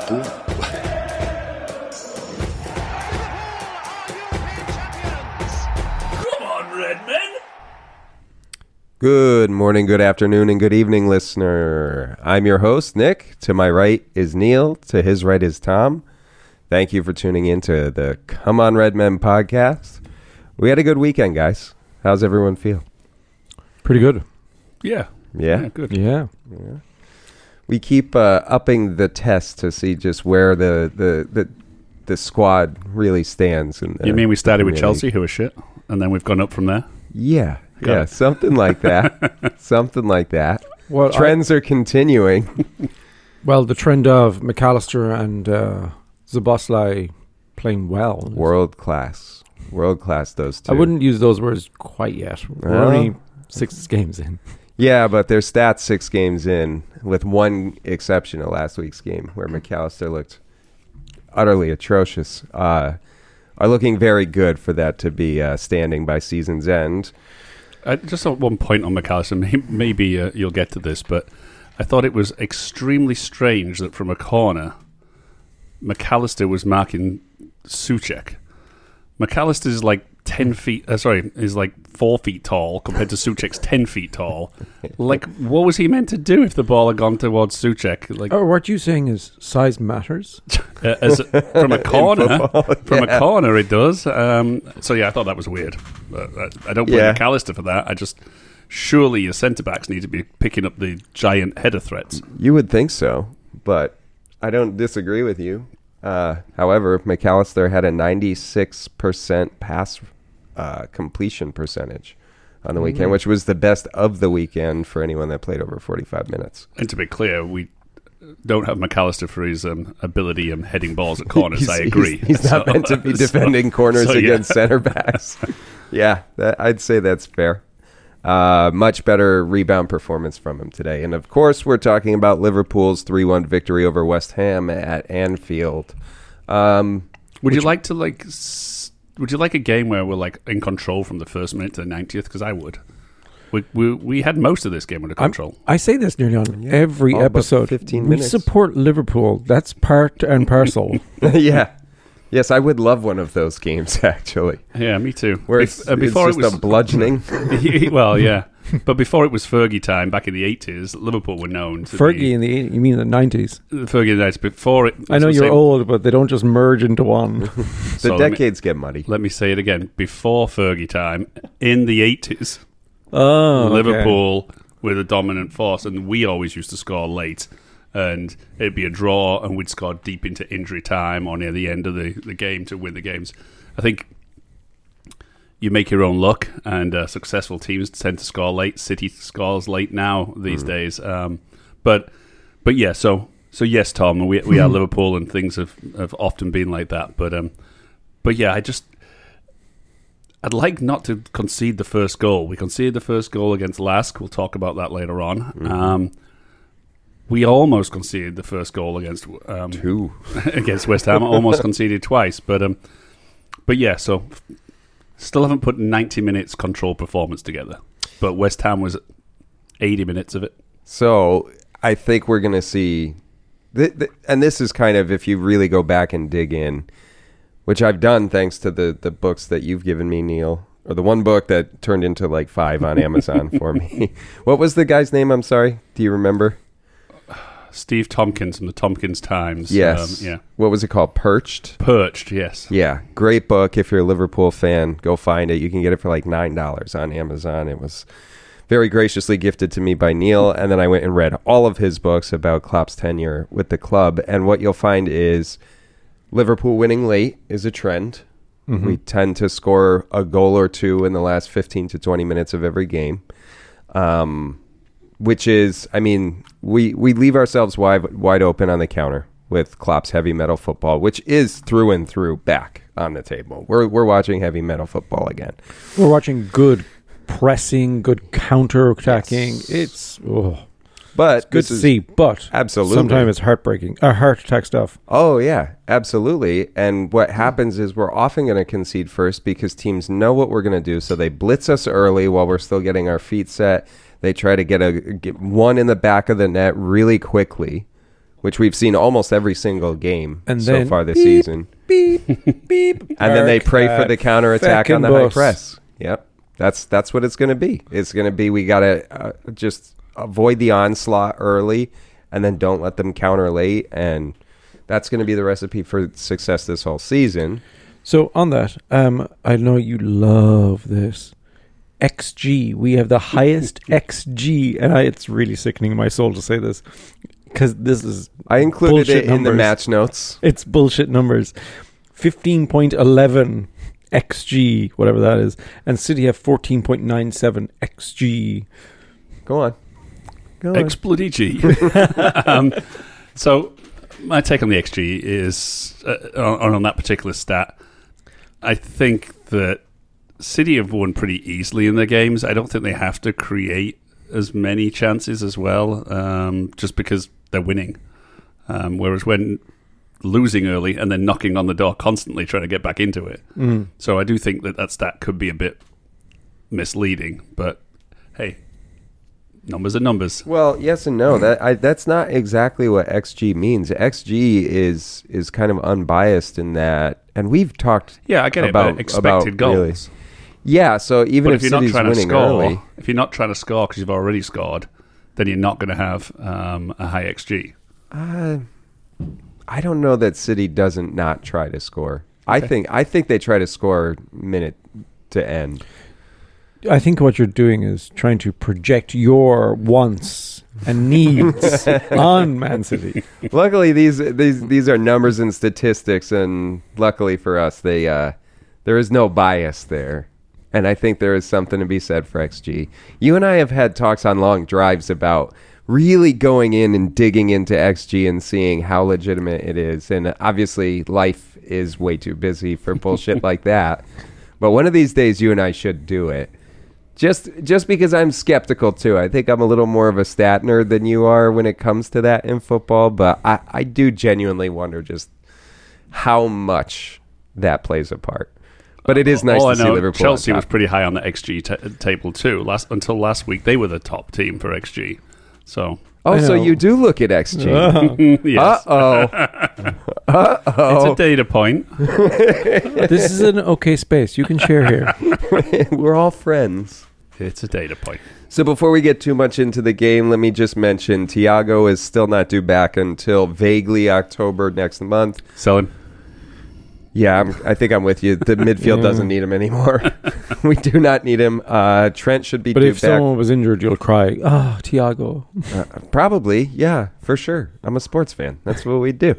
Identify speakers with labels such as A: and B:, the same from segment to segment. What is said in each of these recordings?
A: fool.
B: Come on, Redman.
C: Good morning, good afternoon, and good evening, listener. I'm your host, Nick. To my right is Neil. To his right is Tom. Thank you for tuning in to the Come On Red Men podcast. We had a good weekend, guys. How's everyone feel?
A: Pretty good.
B: Yeah.
C: Yeah.
B: Good.
A: Yeah.
C: We keep uh, upping the test to see just where the the the, the squad really stands. uh, In the
B: You mean we started with
C: Premier League.
B: Chelsea, who are shit, and then we've gone up from there?
C: Yeah.
B: Got
C: yeah,
B: it.
C: something like that. something like that.
D: Well, I,
C: Trends are continuing.
D: well, the trend of McAllister and uh, Zaboslai playing well. is-
C: World class. World class those two.
D: I wouldn't use those words quite yet. We're
C: Well.
D: only six games in.
C: Yeah, but their stats six games in, with one exception of last week's game where McAllister looked utterly atrocious, uh, are looking very good for that to be uh, standing by season's end.
B: Uh, just on one point on McAllister, may- maybe uh, you'll get to this, but I thought it was extremely strange that from a corner, McAllister was marking Suchek. McAllister is like 10 feet, uh, sorry, is like 4 feet tall compared to Suchek's 10 feet tall. Like, what was he meant to do if the ball had gone towards Suchek? Like,
D: Oh, what you're saying is size matters.
B: uh, as from a corner,
C: football,
B: from
C: yeah.
B: a corner, it does. Um, so yeah, I thought that was weird. Uh, I- I don't blame
C: Yeah.
B: McAllister for that. I just surely your centre backs need to be picking up the giant header threats.
C: You would think so, but I don't disagree with you. Uh, however, McAllister had a 96% pass uh, completion percentage on the weekend, which was the best of the weekend for anyone that played over 45 minutes.
B: And to be clear, we don't have McAllister for his um, ability and heading balls at corners. I
C: He's-
B: agree.
C: He's, he's not
B: So-
C: meant to be
B: so-
C: defending corners
B: so, yeah.
C: against center backs. yeah, that, I'd say that's fair. Uh, much better rebound performance from him today. And of course, we're talking about Liverpool's 3 1 victory over West Ham at Anfield. Um,
B: Would you like to like? S- would you like a game where we're like in control from the first minute to the ninetieth? Because I would. We, we, we had most of this game under
D: I'm-
B: control.
D: I say this nearly on every
C: all but
D: episode.
C: 15
D: we
C: minutes.
D: support Liverpool. That's part and parcel.
C: yeah. Yes, I would love one of those games, actually.
B: yeah, me too.
C: Where
B: Bef-
C: it's,
B: uh, before
C: it's
B: it
C: just
B: was
C: a bludgeoning.
B: well, yeah. But before it was Fergie time, back in the eighties, Liverpool were known to
D: Fergie in the eight- you mean the nineties?
B: be, Fergie nights. Before it,
D: I know
B: let's
D: you're
B: say-
D: old, but they don't just merge into one.
C: the
B: so let me-
C: decades get muddy.
B: Let me say it again. Before Fergie time, in the eighties,
D: oh, okay.
B: Liverpool were the dominant force, and we always used to score late, and it'd be a draw, and we'd score deep into injury time or near the end of the, the game to win the games. I think you make your own luck, and uh, successful teams tend to score late. City scores late now
D: Hmm.
B: these days, um, but but yeah, so so yes, Tom, we we are Liverpool, and things have have often been like that, but um, but yeah, I just I'd like not to concede the first goal. We conceded the first goal against Lask. We'll talk about that later on.
C: Mm-hmm.
B: Um, we almost conceded the first goal against um,
C: Two.
B: against West Ham. Almost conceded twice, but um, but yeah. So still haven't put ninety minutes control performance together. But West Ham was eighty minutes of it.
C: So I think we're going to see, th- th- and this is kind of if you really go back and dig in, which I've done thanks to the the books that you've given me, Neil, or the one book that turned into like five on Amazon for me. what was the guy's name? I'm sorry. Do you remember?
B: Steve Tompkins from the Tompkins Times.
C: Yes.
B: um, yeah.
C: What was it called? Perched.
B: Perched. Yes.
C: Yeah, great book. If you're a Liverpool fan, go find it. You can get it for like nine dollars on Amazon. It was very graciously gifted to me by Neil, and then I went and read all of his books about Klopp's tenure with the club. And what you'll find is Liverpool winning late is a trend. We tend to score a goal or two in the last fifteen to twenty minutes of every game Um, which is, I mean, we we leave ourselves wide wide open on the counter with Klopp's heavy metal football, which is through and through back on the table. We're we're watching heavy metal football again.
D: We're watching good pressing, good counter attacking.
C: Yes.
D: It's, oh,
C: But
D: good
C: this
D: to
C: is-
D: see, but
C: Absolutely.
D: sometimes it's heartbreaking. Uh, heart attack stuff.
C: Oh yeah, absolutely. And what happens is we're often going to concede first because teams know what we're going to do, so they blitz us early while we're still getting our feet set. They try to get a get one in the back of the net really quickly, which we've seen almost every single game
D: And
C: so
D: then
C: far this
D: beep,
C: season.
D: Beep, beep.
C: And then they
D: Mark
C: pray for
B: uh,
D: that
C: the counterattack on
D: feckin'
C: the high
D: bus.
C: press. Yep. That's that's what it's going to be. It's going to be we got to uh, just avoid the onslaught early and then don't let them counter late and that's going to be the recipe for success this whole season.
D: So on that, um, I know you love this XG. We have the highest XG, and I, it's really sickening my soul to say this because this is
C: I included
D: Bullshit
C: it in the
D: numbers.
C: match notes.
D: it's bullshit numbers. Fifteen point eleven XG, whatever that is, and City have fourteen point nine seven XG.
C: Go on. Go on.
B: Explodici. um, so my take on the XG is uh, on, on that particular stat. I think that City have won pretty easily in their games. I don't think they have to create as many chances as well, um, just because they're winning. Um, whereas when losing early and then knocking on the door constantly trying to get back into it.
D: Mm.
B: So I do think that that stat could be a bit misleading, but hey, numbers are numbers.
C: Well, yes and no. That I, that's not exactly what XG means. XG is is kind of unbiased in that, and we've talked.
B: Yeah, I get it.
C: About-
B: But expected
C: about
B: goals.
C: really. Yeah, so even
B: But
C: if,
B: if you're not
C: City's
B: trying to
C: winning
B: score,
C: early,
B: if you're not trying to score because you've already scored, then you're not going to have um, a high XG.
C: uh, I don't know that City doesn't not try to score. I think I think they try to score minute to end.
D: I think what you're doing is trying to project your wants and needs on Man City.
C: luckily, these these these are numbers and statistics, and luckily for us, they uh, there is no bias there. And I think there is something to be said for XG. You and I have had talks on long drives about really going in and digging into XG and seeing how legitimate it is. And obviously, life is way too busy for bullshit like that. But one of these days, you and I should do it just just because I'm skeptical too. I think I'm a little more of a stat nerd than you are when it comes to that in football, but I, I do genuinely wonder just how much that plays a part. But it is nice
B: All I
C: to see
B: know,
C: Liverpool. on
B: Chelsea
C: top.
B: was pretty high on the XG ta table too. Last until last week, they were the top team for XG. So
C: oh,
D: I
C: so
D: know.
C: you do look at XG. Uh
B: yes,
C: oh.
B: it's a data point.
D: this is an okay space. You can share here.
C: We're all friends.
B: It's a data point.
C: So before we get too much into the game, let me just mention Tiago is still not due back until vaguely October next month.
B: Sell him.
C: Yeah, I'm, I think I'm with you. The midfield
D: Yeah.
C: doesn't need him anymore. we do not need him. Uh, Trent should be
D: But
C: due
D: if
C: back.
D: someone was injured, you'll cry, ah, Tiago.
C: Uh, probably, yeah, for sure. I'm a sports fan. That's what we do.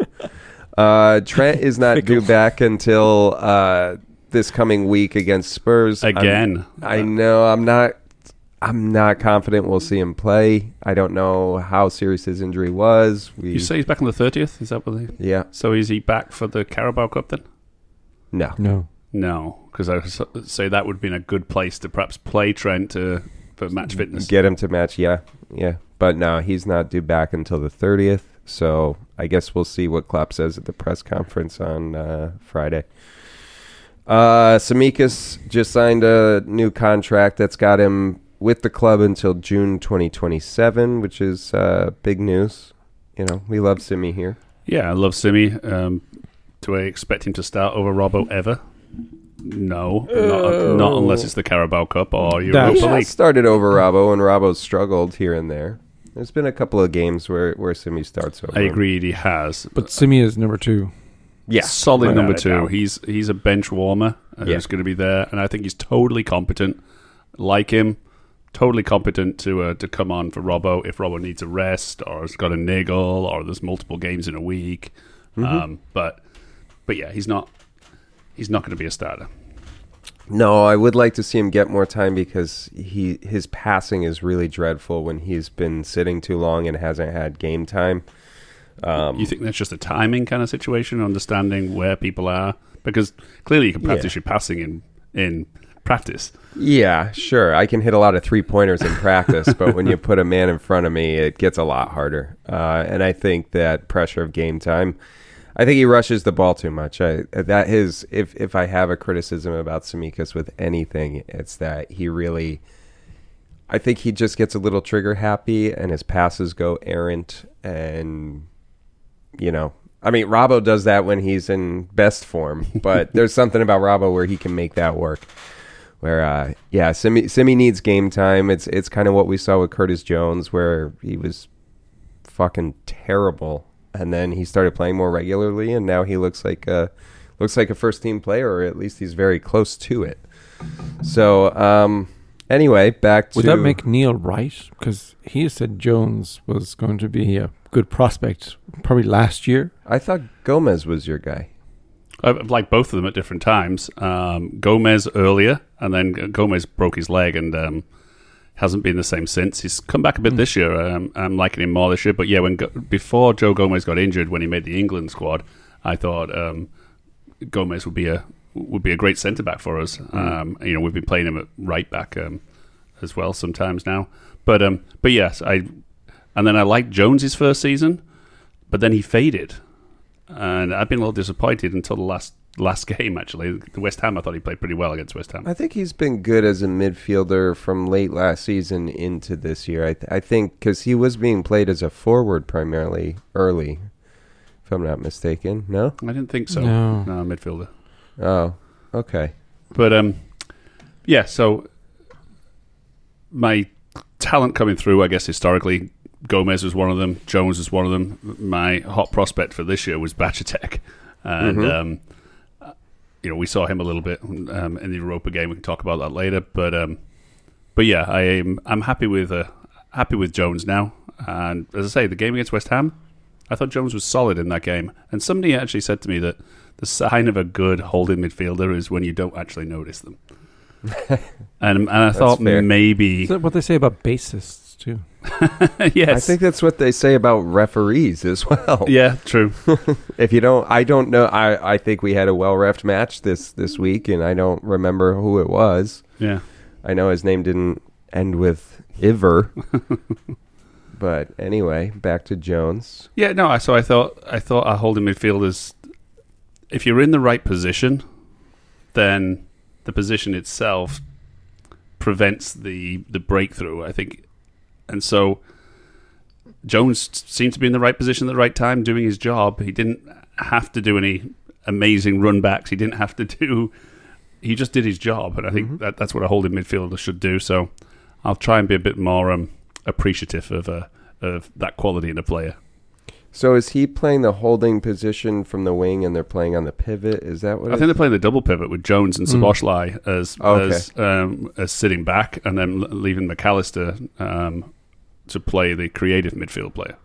C: Uh, Trent is not due back until uh, this coming week against Spurs. I'm-
B: Again.
C: I know. I'm not. I'm not confident we'll see him play. I don't know how serious his injury was. We,
B: You say he's back on the thirtieth. Is that what? They,
C: yeah,
B: so is he back for the Carabao Cup then?
C: no.
D: No.
B: No, because I would s- say that would have been a good place to perhaps play Trent to, for match fitness.
C: Get him to match, yeah, yeah. But no, he's not due back until the thirtieth. So I guess we'll see what Klopp says at the press conference on uh, Friday. Uh, Samikas just signed a new contract that's got him with the club until June 2027, which is uh, big news. You know, we love Simi here.
B: Yeah, I love Simi. Um, do I expect him to start over Robbo ever? No, not, not unless it's the Carabao Cup or Europa
D: That's-
C: Yeah,
B: League.
C: started over Robbo, and Robbo's struggled here and there. There's been a couple of games where, where Simi starts over.
B: I
C: him.
B: agreed he has.
D: But Simi is number two.
C: Yeah,
B: solid
C: without
B: number
C: a
B: two.
C: doubt.
B: He's he's a bench warmer uh,
C: Yeah.
B: who's going to be there, and I think he's totally competent. Like him, totally competent to uh, to come on for Robbo if Robbo needs a rest or has got a niggle or there's multiple games in a week.
C: Mm-hmm.
B: Um, but but yeah, he's not he's not going to be a starter.
C: No, I would like to see him get more time because he his passing is really dreadful when he's been sitting too long and hasn't had game time. Um,
B: you think that's just a timing kind of situation, understanding where people are? Because clearly you can practice your passing in in practice.
C: Yeah, sure. I can hit a lot of three pointers in practice, but when you put a man in front of me, it gets a lot harder. Uh, and I think that pressure of game time. I think he rushes the ball too much. I, that his if if I have a criticism about Samikas with anything, it's that he really. I think he just gets a little trigger happy, and his passes go errant, and you know, I mean, Robbo does that when he's in best form, but there's something about Robbo where he can make that work. Where, uh, yeah, Simi, Simi needs game time. It's it's kind of what we saw with Curtis Jones, where he was fucking terrible, and then he started playing more regularly, and now he looks like a looks like a first team player, or at least he's very close to it. So, um, anyway, back to
D: Would that make Neil right? Because he said Jones was going to be a good prospect probably last year.
C: I thought Gomez was your guy.
B: I like both of them at different times. Um, Gomez earlier, and then Gomez broke his leg and um, hasn't been the same since. He's come back a bit this year. Um, I'm liking him more this year. But yeah, when Go- before Joe Gomez got injured, when he made the England squad, I thought um, Gomez would be a would be a great centre back for us. Um, you know, we've been playing him at right back um, as well sometimes now. But um, but yes, I and then I liked Jones's first season, but then he faded and I've been a little disappointed until the last last game. Actually, the West Ham, I thought he played pretty well against West Ham.
C: I think he's been good as a midfielder from late last season into this year. I, th- I think because he was being played as a forward primarily early, if I'm not mistaken. No?
B: I didn't think so.
D: No.
B: midfielder.
C: Oh, okay.
B: But um, yeah. So my talent coming through, I guess historically, Gomez was one of them. Jones was one of them. My hot prospect for this year was Bachatek, and
C: Mhm.
B: um, you know we saw him a little bit um, in the Europa game. We can talk about that later. But um, but yeah, I am I'm happy with uh, happy with Jones now. And as I say, the game against West Ham, I thought Jones was solid in that game. And somebody actually said to me that the sign of a good holding midfielder is when you don't actually notice them. and and I thought
C: fair.
B: maybe
D: Is that what they say about bassists too?
B: yes.
C: I think that's what they say about referees as well.
B: yeah, true.
C: If you don't, I don't know. I, I think we had a well refed match this, this week, and I don't remember who it was.
B: Yeah.
C: I know his name didn't end with Iver. but anyway, back to Jones.
B: Yeah, no. I So I thought I thought our holding midfielders, if you're in the right position, then the position itself prevents the the breakthrough. I think, and so Jones seemed to be in the right position at the right time, doing his job. He didn't have to do any amazing run backs. He didn't have to do. He just did his job, and I think that that's what a holding midfielder should do. So I'll try and be a bit more um, appreciative of uh, of that quality in a player.
C: So is he playing the holding position from the wing, and they're playing on the pivot? Is that what?
B: I
C: it- Hmm. Oh,
B: think they're playing the double pivot with Jones and
D: Mm.
B: Saboshlai as
C: Okay.
B: as um, as sitting back, and then l- leaving McAllister um, to play the creative midfield player.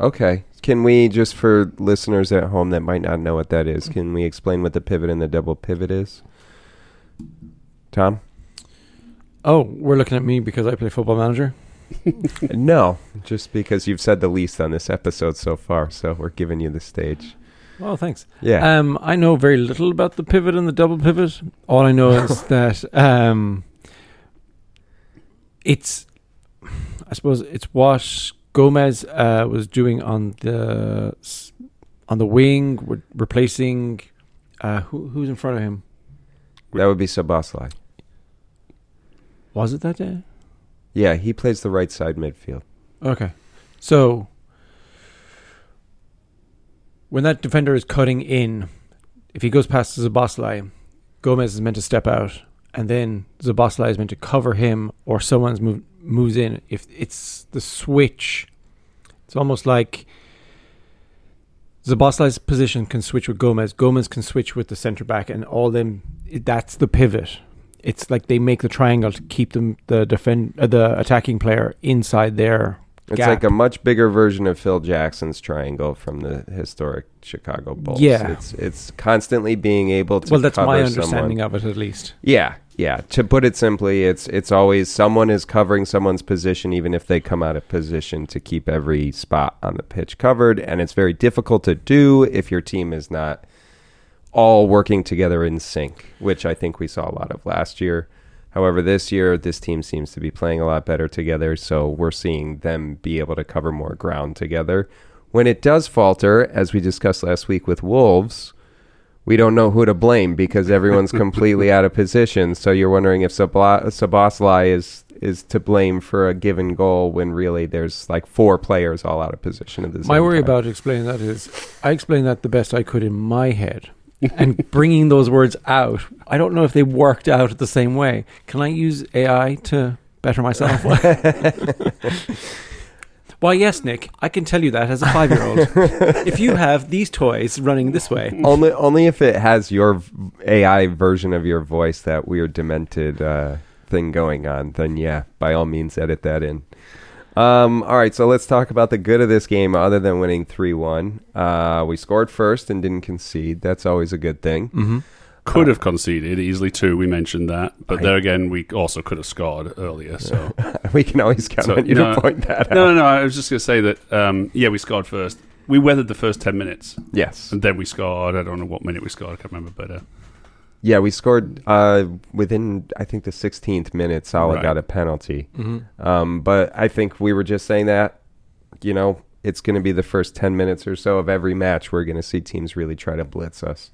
C: okay. Can we just for listeners at home that might not know what that is? Can we explain what the pivot and the double pivot is? Tom?
D: Oh, we're looking at me because I play football manager.
C: no, just because you've said the least on this episode so far, so we're giving you the stage.
D: Oh, thanks.
B: Uh,
C: Yeah.
D: Um, I know very little about the pivot and the double pivot. All I know is that um, it's, I suppose, it's what Gomez uh, was doing on the s- on the wing, re- replacing uh, who, who's in front of him.
C: that would be Sabasli.
D: Was it that day?
C: Yeah, he plays the right side midfield.
D: Okay. So when that defender is cutting in, if he goes past Zaboslai, Gomez is meant to step out, and then Zaboslai is meant to cover him, or someone's move, moves in. If it's the switch, it's almost like Zaboslai's position can switch with Gomez. Gomez can switch with the centre back, and all them. It, that's the pivot. It's like they make the triangle to keep them the defend uh, the attacking player inside their
C: It's
D: Gap.
C: like a much bigger version of Phil Jackson's triangle from the historic Chicago Bulls.
D: Yeah.
C: It's it's constantly being able to
D: well that's
C: cover
D: my
C: someone.
D: understanding of it at least
C: Yeah, yeah. To put it simply, it's it's always someone is covering someone's position, even if they come out of position, to keep every spot on the pitch covered, and it's very difficult to do if your team is not all working together in sync, which I think we saw a lot of last year. However, this year this team seems to be playing a lot better together, so we're seeing them be able to cover more ground together. When it does falter, as we discussed last week with Wolves, we don't know who to blame because everyone's completely out of position. So you're wondering if Sabla- Sabasli is is to blame for a given goal when really there's like four players all out of position at the same
D: My worry
C: time.
D: about explaining that is I explained that the best I could in my head. and bringing those words out, I don't know if they worked out the same way. Can I use AI to better myself? Why, yes, Nick, I can tell you that as a five year old. if you have these toys running this way,
C: only only if it has your v- AI version of your voice that weird demented uh, thing going on, then yeah, by all means edit that in. Um, all right, so let's talk about the good of this game other than winning 3 1. Uh, we scored first and didn't concede. That's always a good thing.
B: Could have conceded easily too. We mentioned that, but
C: Oh. I-
B: there again, we also could have scored earlier. So
C: We can always count
B: So,
C: on you
B: no.
C: to point that out.
B: no, no, no. I was just going to say that. Um, yeah, we scored first. We weathered the first ten minutes,
C: Yes.
B: and then we scored. I don't know what minute we scored. I can't remember, but uh,
C: Yeah, we scored uh, within, I think, the 16th minute. Salah
B: Right. Mm-hmm.
C: got a penalty. Um, but I think we were just saying that, you know, it's going to be the first 10 minutes or so of every match. We're going to see teams really try to blitz us.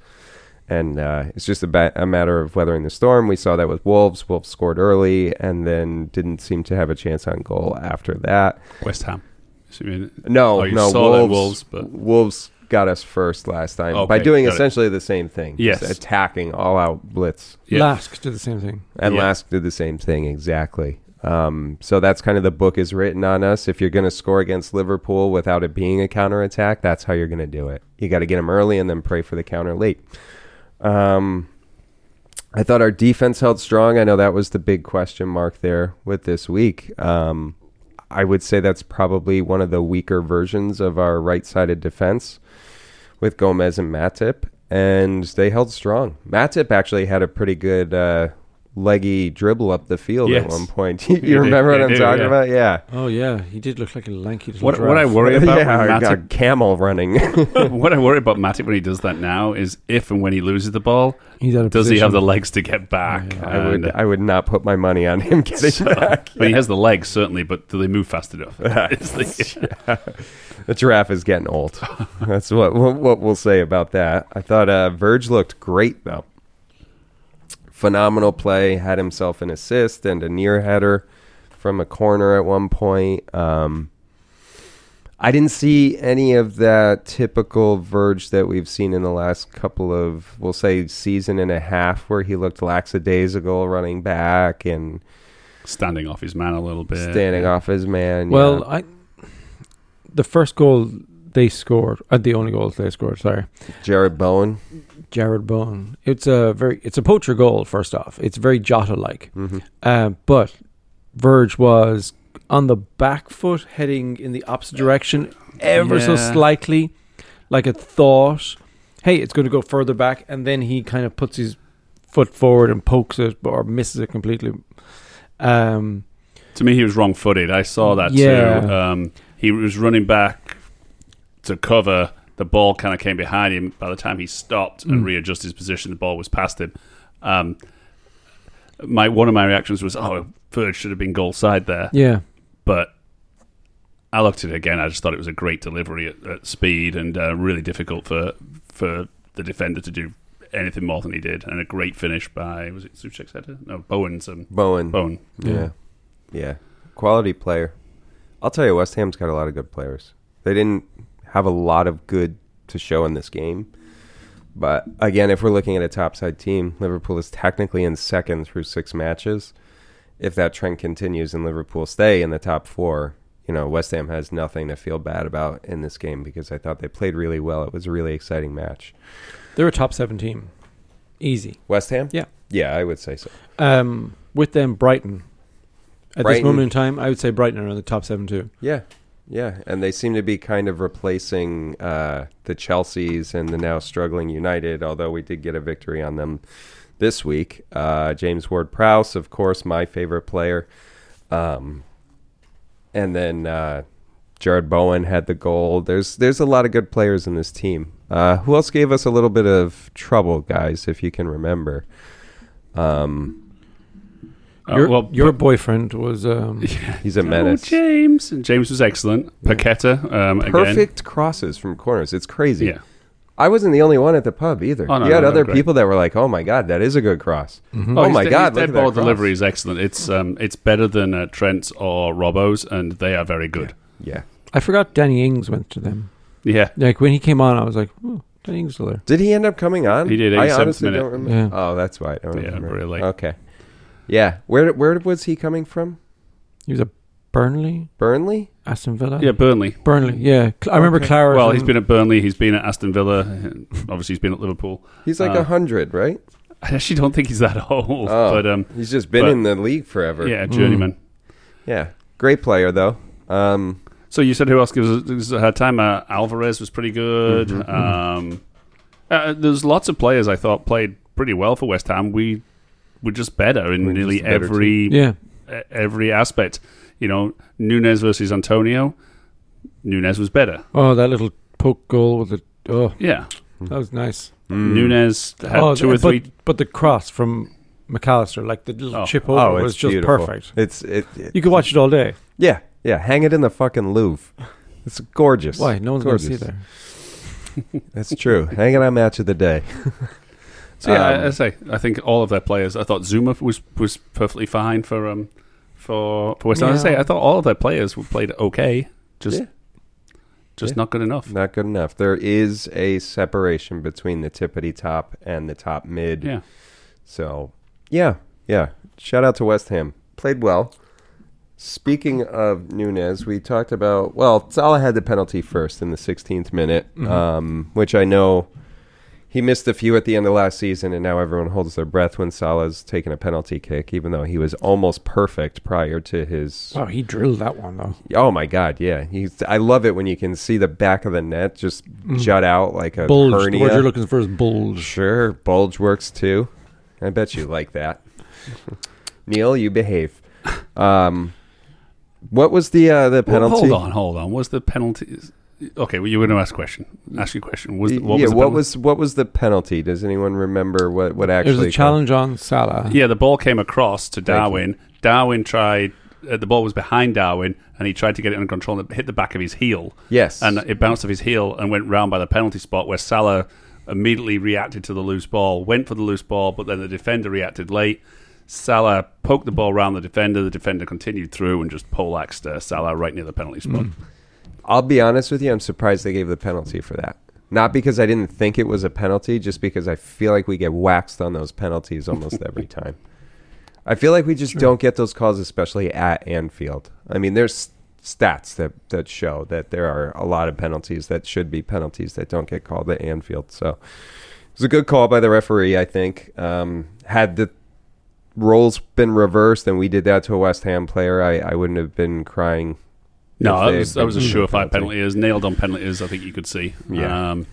C: And uh, it's just a, ba- a matter of weathering the storm. We saw that with Wolves. Wolves scored early and then didn't seem to have a chance on goal after that.
B: West Ham. So, I mean,
C: No,
B: Oh, you
C: no,
B: saw that
C: Wolves,
B: Wolves, but-
C: Wolves got us first last time by
B: Okay,
C: doing
B: got it.
C: essentially the same thing.
B: Yes.
C: just attacking all out blitz.
B: Yeah.
D: Lask did the same thing.
C: And
B: Yeah.
C: Lask did the same thing exactly. Um, so that's kind of the book is written on us. If you're going to score against Liverpool without it being a counterattack, that's how you're going to do it. You got to get them early and then pray for the counter late. Um, I thought our defense held strong. I know that was the big question mark there with this week. Um, I would say that's probably one of the weaker versions of our right sided defense with Gomez and Matip, and they held strong. Matip actually had a pretty good uh, leggy dribble up the field at
B: Yes.
C: one point. you
B: did.
C: remember what
B: He
C: I'm
B: did,
C: talking
B: yeah.
C: about? Yeah.
D: Oh, yeah, he did look like a lanky little
B: What, what I
D: giraffe.
B: worry about when
C: yeah, a
B: Matip
C: camel running.
B: what I worry about Matic when he does that now is if and when he loses the ball,
D: He's out of
B: does he
D: position.
B: have the legs to get back?
C: I would,
B: And- uh,
C: I would not put my money on him getting
B: So-
C: back.
B: but he has the legs certainly. But do they move fast enough? It's the-
C: The giraffe is getting old. That's what what what we'll say about that. I thought uh, Verge looked great though. Phenomenal play, had himself an assist and a near header from a corner at one point. Um, I didn't see any of that typical Verge that we've seen in the last couple of, we'll say, season and a half, where he looked lackadaisical running back and
B: standing off his man a little bit.
C: standing off his man.
D: Well,
C: yeah.
D: I the first goal they scored, uh, the only goals they scored, sorry,
C: Jared Bowen.
D: Jared Bone. It's a very, it's a poacher goal. First off, it's very Jota like,
C: Mm-hmm.
D: uh, but Verge was on the back foot, heading in the opposite direction, ever so
B: Yeah.
D: slightly, like a thought. Hey, it's going to go further back, and then he kind of puts his foot forward and pokes it or misses it completely. Um,
B: To me, he was wrong-footed. I saw that too.
D: Yeah.
B: Um, he was running back to cover. The ball kind of came behind him. By the time he stopped
D: Mm.
B: and readjusted his position, the ball was past him. Um, my one of my reactions was, "Oh, Verge should have been goal side there."
D: yeah,
B: but I looked at it again. I just thought it was a great delivery at, at speed and uh, really difficult for for the defender to do anything more than he did, and a great finish by was it Suchek's header? No, Bowen's um,
C: Bowen.
B: Bowen.
C: Yeah. Yeah. Quality player. I'll tell you, West Ham's got a lot of good players. They didn't have a lot of good to show in this game. But again, if we're looking at a top side team, Liverpool is technically in second through six matches. If that trend continues and Liverpool stay in the top four, you know, West Ham has nothing to feel bad about in this game because I thought they played really well. It was a really exciting match.
D: they're a top seven team, easy.
C: West Ham?
D: Yeah.
C: Yeah, I would say so.
D: Um, with them, Brighton. At
C: Brighton.
D: this moment in time, I would say Brighton are in the top seven too.
C: Yeah, yeah, and they seem to be kind of replacing uh, the Chelseas and the now struggling United. Although we did get a victory on them this week. Uh, James Ward-Prowse, of course, my favorite player, um, and then uh, Jared Bowen had the goal. There's there's a lot of good players in this team. Uh, who else gave us a little bit of trouble, guys? If you can remember. Um,
B: Uh,
D: your
B: well,
D: your boyfriend was um,
C: he's a
B: oh,
C: menace.
B: James. And James was excellent. Paqueta um, again.
C: Perfect crosses from corners. It's crazy.
B: Yeah.
C: I wasn't the only one at the pub either.
B: Oh, no,
C: you had
B: no, no,
C: other
B: great.
C: people that were like, "Oh my god, that is a good cross."
D: Mm-hmm.
C: Oh,
B: his
C: my
B: de-
C: god,
B: his
C: look
B: dead
C: at that
B: ball
C: cross.
B: delivery is excellent. It's um, it's better than uh, Trent's or Robbo's, and they are very good.
C: Yeah.
D: I forgot Danny Ings went to them.
B: Yeah,
D: Like when he came on, I was like, oh, Danny Ings still there.
C: Did he end up coming on?
B: He did,
C: I
B: 87th
C: honestly
B: minute.
C: don't remember.
D: Yeah.
C: Oh, that's why I don't
B: Yeah,
C: remember.
B: very late.
C: Okay. Yeah. Where where was he coming from?
D: He was at Burnley,
C: Burnley?
D: Aston Villa.
B: yeah. Burnley.
D: Burnley. Yeah, Cl- I remember
C: Okay.
D: Clara.
B: Well,
D: from-
B: he's been at Burnley. He's been at Aston Villa. and Obviously, he's been at Liverpool.
C: He's like a
B: Uh,
C: 100, right?
B: I actually don't think he's that old,
C: Oh. Hmm.
B: but um,
C: He's just been
B: but-
C: in the league forever.
B: yeah, journeyman.
C: Yeah. Great player though. Um
B: So you said who else gives us- gives us a hard time? Uh, Alvarez was pretty good.
C: Mm-hmm.
B: Um, uh, there's lots of players I thought played pretty well for West Ham. We were just better in
C: We're just
B: nearly
C: a better
B: every
D: Yeah,
B: e- every aspect. You know, Nunes versus Antonio. Nunes was better.
D: Oh, that little poke goal with the oh,
B: Yeah,
C: Hmm.
D: that was nice.
C: mm.
B: Nunes had
D: oh,
B: two or
D: but,
B: three.
D: But the cross from McAllister, like the little
B: Oh.
D: chip over,
C: Oh, it's
D: was just
C: beautiful.
D: perfect.
C: It's it, it-
D: You could watch it all day.
C: Yeah. Yeah, hang it in the fucking Louvre. It's gorgeous.
D: Why? No one's going to see
C: Gorgeous.
D: there.
C: That's true. hang it on match of the day.
B: So yeah,
C: um,
B: I, I say I think all of their players. I thought Zuma was was perfectly fine for um for for West Ham. I
D: Yeah.
B: say I thought all of their players were played okay. Just
C: Yeah.
B: just
C: Yeah.
B: not good enough.
C: Not good enough. There is a separation between the tippity top and the top mid.
B: Yeah.
C: So, yeah, yeah. Shout out to West Ham. Played well. Speaking of Nunez, we talked about, well, Salah had the penalty first in the 16th minute, um, which I know he missed a few at the end of last season, and now everyone holds their breath when Salah's taking a penalty kick, even though he was almost perfect prior to his
D: Wow, Oh, he drilled that one though.
C: Oh my god, yeah. He's, I love it when you can see the back of the net just
B: Mm.
C: jut out like a
D: Bulge. The
C: hernia.
D: word you're looking for is bulge.
C: sure, bulge works too. I bet you like that. Neil, you behave. Um, what was the uh, the
B: Well,
C: penalty?
B: hold on, hold on. Was the penalty? Okay, well, you were going to ask a question. Ask your question. Was what
C: yeah,
B: was the
C: what
B: penalty?
C: was what was the penalty? Does anyone remember what what
D: It
C: actually?
D: was a challenge on Salah.
B: Yeah, the ball came across to
C: Thank you.
B: Darwin. Darwin tried. Uh, the ball was behind Darwin, and he tried to get it under control and it hit the back of his heel.
C: Yes.
B: and it bounced off his heel and went round by the penalty spot where Salah immediately reacted to the loose ball, went for the loose ball, but then the defender reacted late. Salah poked the ball round the defender. The defender continued through and just poleaxed uh, Salah right near the penalty spot.
C: Mm. I'll be honest with you. I'm surprised they gave the penalty for that. Not because I didn't think it was a penalty, just because I feel like we get waxed on those penalties almost every time. I feel like we just don't get those calls, especially at Anfield. I mean, there's stats that, that show that there are a lot of penalties that should be penalties that don't get called at Anfield. So it was a good call by the referee, I think. Um, had the roles been reversed and we did that to a West Ham player, I, I wouldn't have been crying.
B: No,
C: if
B: that
C: they
B: was,
C: had
B: that was a
C: been
B: surefire
C: penalty.
B: penalty. It was nailed on penalty, as I think you could see.
C: Yeah.
B: Um,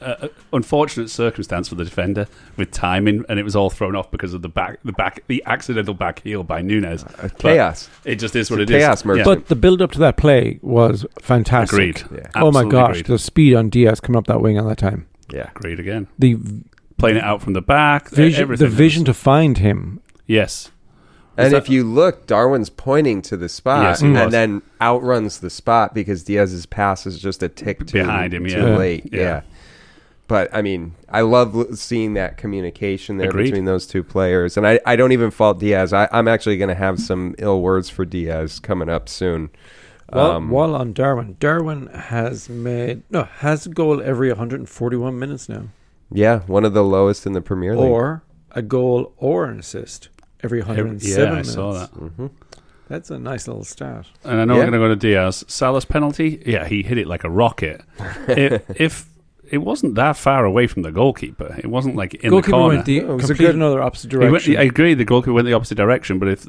B: uh, unfortunate circumstance for the defender with timing, and it was all thrown off because of the back, the back, the accidental back heel by Nunez. But
C: Uh, Chaos.
B: It just is what
C: a
B: it is.
C: chaos merchant.
D: But the build up to that play was fantastic.
B: agreed.
C: Yeah.
D: Oh my
B: Absolutely
D: gosh,
B: agreed.
D: the speed on Diaz coming up that wing at that time.
C: Yeah.
B: Agreed again.
D: The
B: Playing it out from the back.
D: vision,
B: E-, everything.
D: the vision to find him.
B: Yes.
C: And
B: that-
C: if you look, Darwin's pointing to the spot
B: Yes, he
C: and
B: was.
C: then outruns the spot because Diaz's pass is just a tick too,
B: Behind him,
C: too
B: yeah.
C: late. Yeah.
B: Yeah.
C: But I mean, I love l- seeing that communication there
B: Agreed.
C: between those two players. And I, I don't even fault Diaz. I, I'm actually going to have some ill words for Diaz coming up soon.
D: While,
C: Um,
D: while on Darwin, Darwin has made no has a goal every 141 minutes now,
C: Yeah, one of the lowest in the Premier League.
D: or a goal or an assist every 107
B: yeah, I
D: minutes.
B: saw that.
D: That's a nice little stat.
B: And I know
C: Yeah.
B: we're going to go to Diaz. Salah's penalty. Yeah, he hit it like a rocket. it, if it wasn't that far away from the goalkeeper, it wasn't like in the
D: Goalkeeper
B: corner.
D: went the
C: Yeah, it was a
D: complete
C: good-
D: another opposite
B: He went-
D: direction.
B: I agree. The goalkeeper went the opposite direction, but if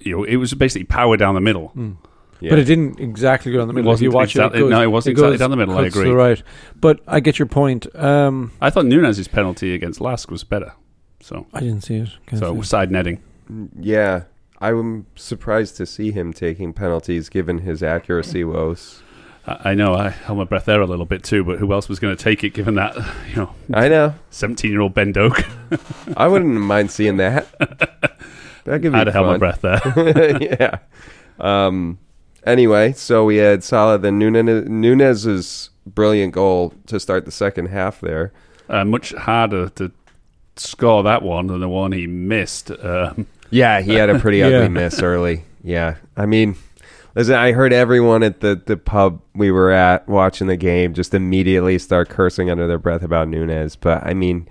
B: you know, it was basically power down the middle.
D: Hmm.
C: Yeah.
D: But it didn't exactly go down the
B: It
D: middle. If you
B: wasn't
D: watch
B: exactly-
D: it, it goes,
B: no, it wasn't exactly down the middle, I
D: cuts to
B: agree.
D: right, but I get your point. Um,
B: I thought Nunez's penalty against Lask was better. So,
D: I didn't see it. Can't
B: so
D: see it.
B: side netting.
C: Yeah. I'm surprised to see him taking penalties given his accuracy woes.
B: I, I know I held my breath there a little bit too, but who else was going to take it given that you know
C: I know.
B: seventeen-year-old Ben Doak?
C: I wouldn't mind seeing that. That could be
B: I'd have held my
C: fun.
B: breath there.
C: yeah. Um, Anyway, so we had Salah, then Nunez, Nunez's brilliant goal to start the second half there.
B: Uh, much harder to score that one than the one he missed. Um,
C: Yeah, he had a pretty
D: Yeah.
C: ugly miss early. Yeah. I mean, listen, I heard everyone at the, the pub we were at watching the game just immediately start cursing under their breath about Nunez. But I mean,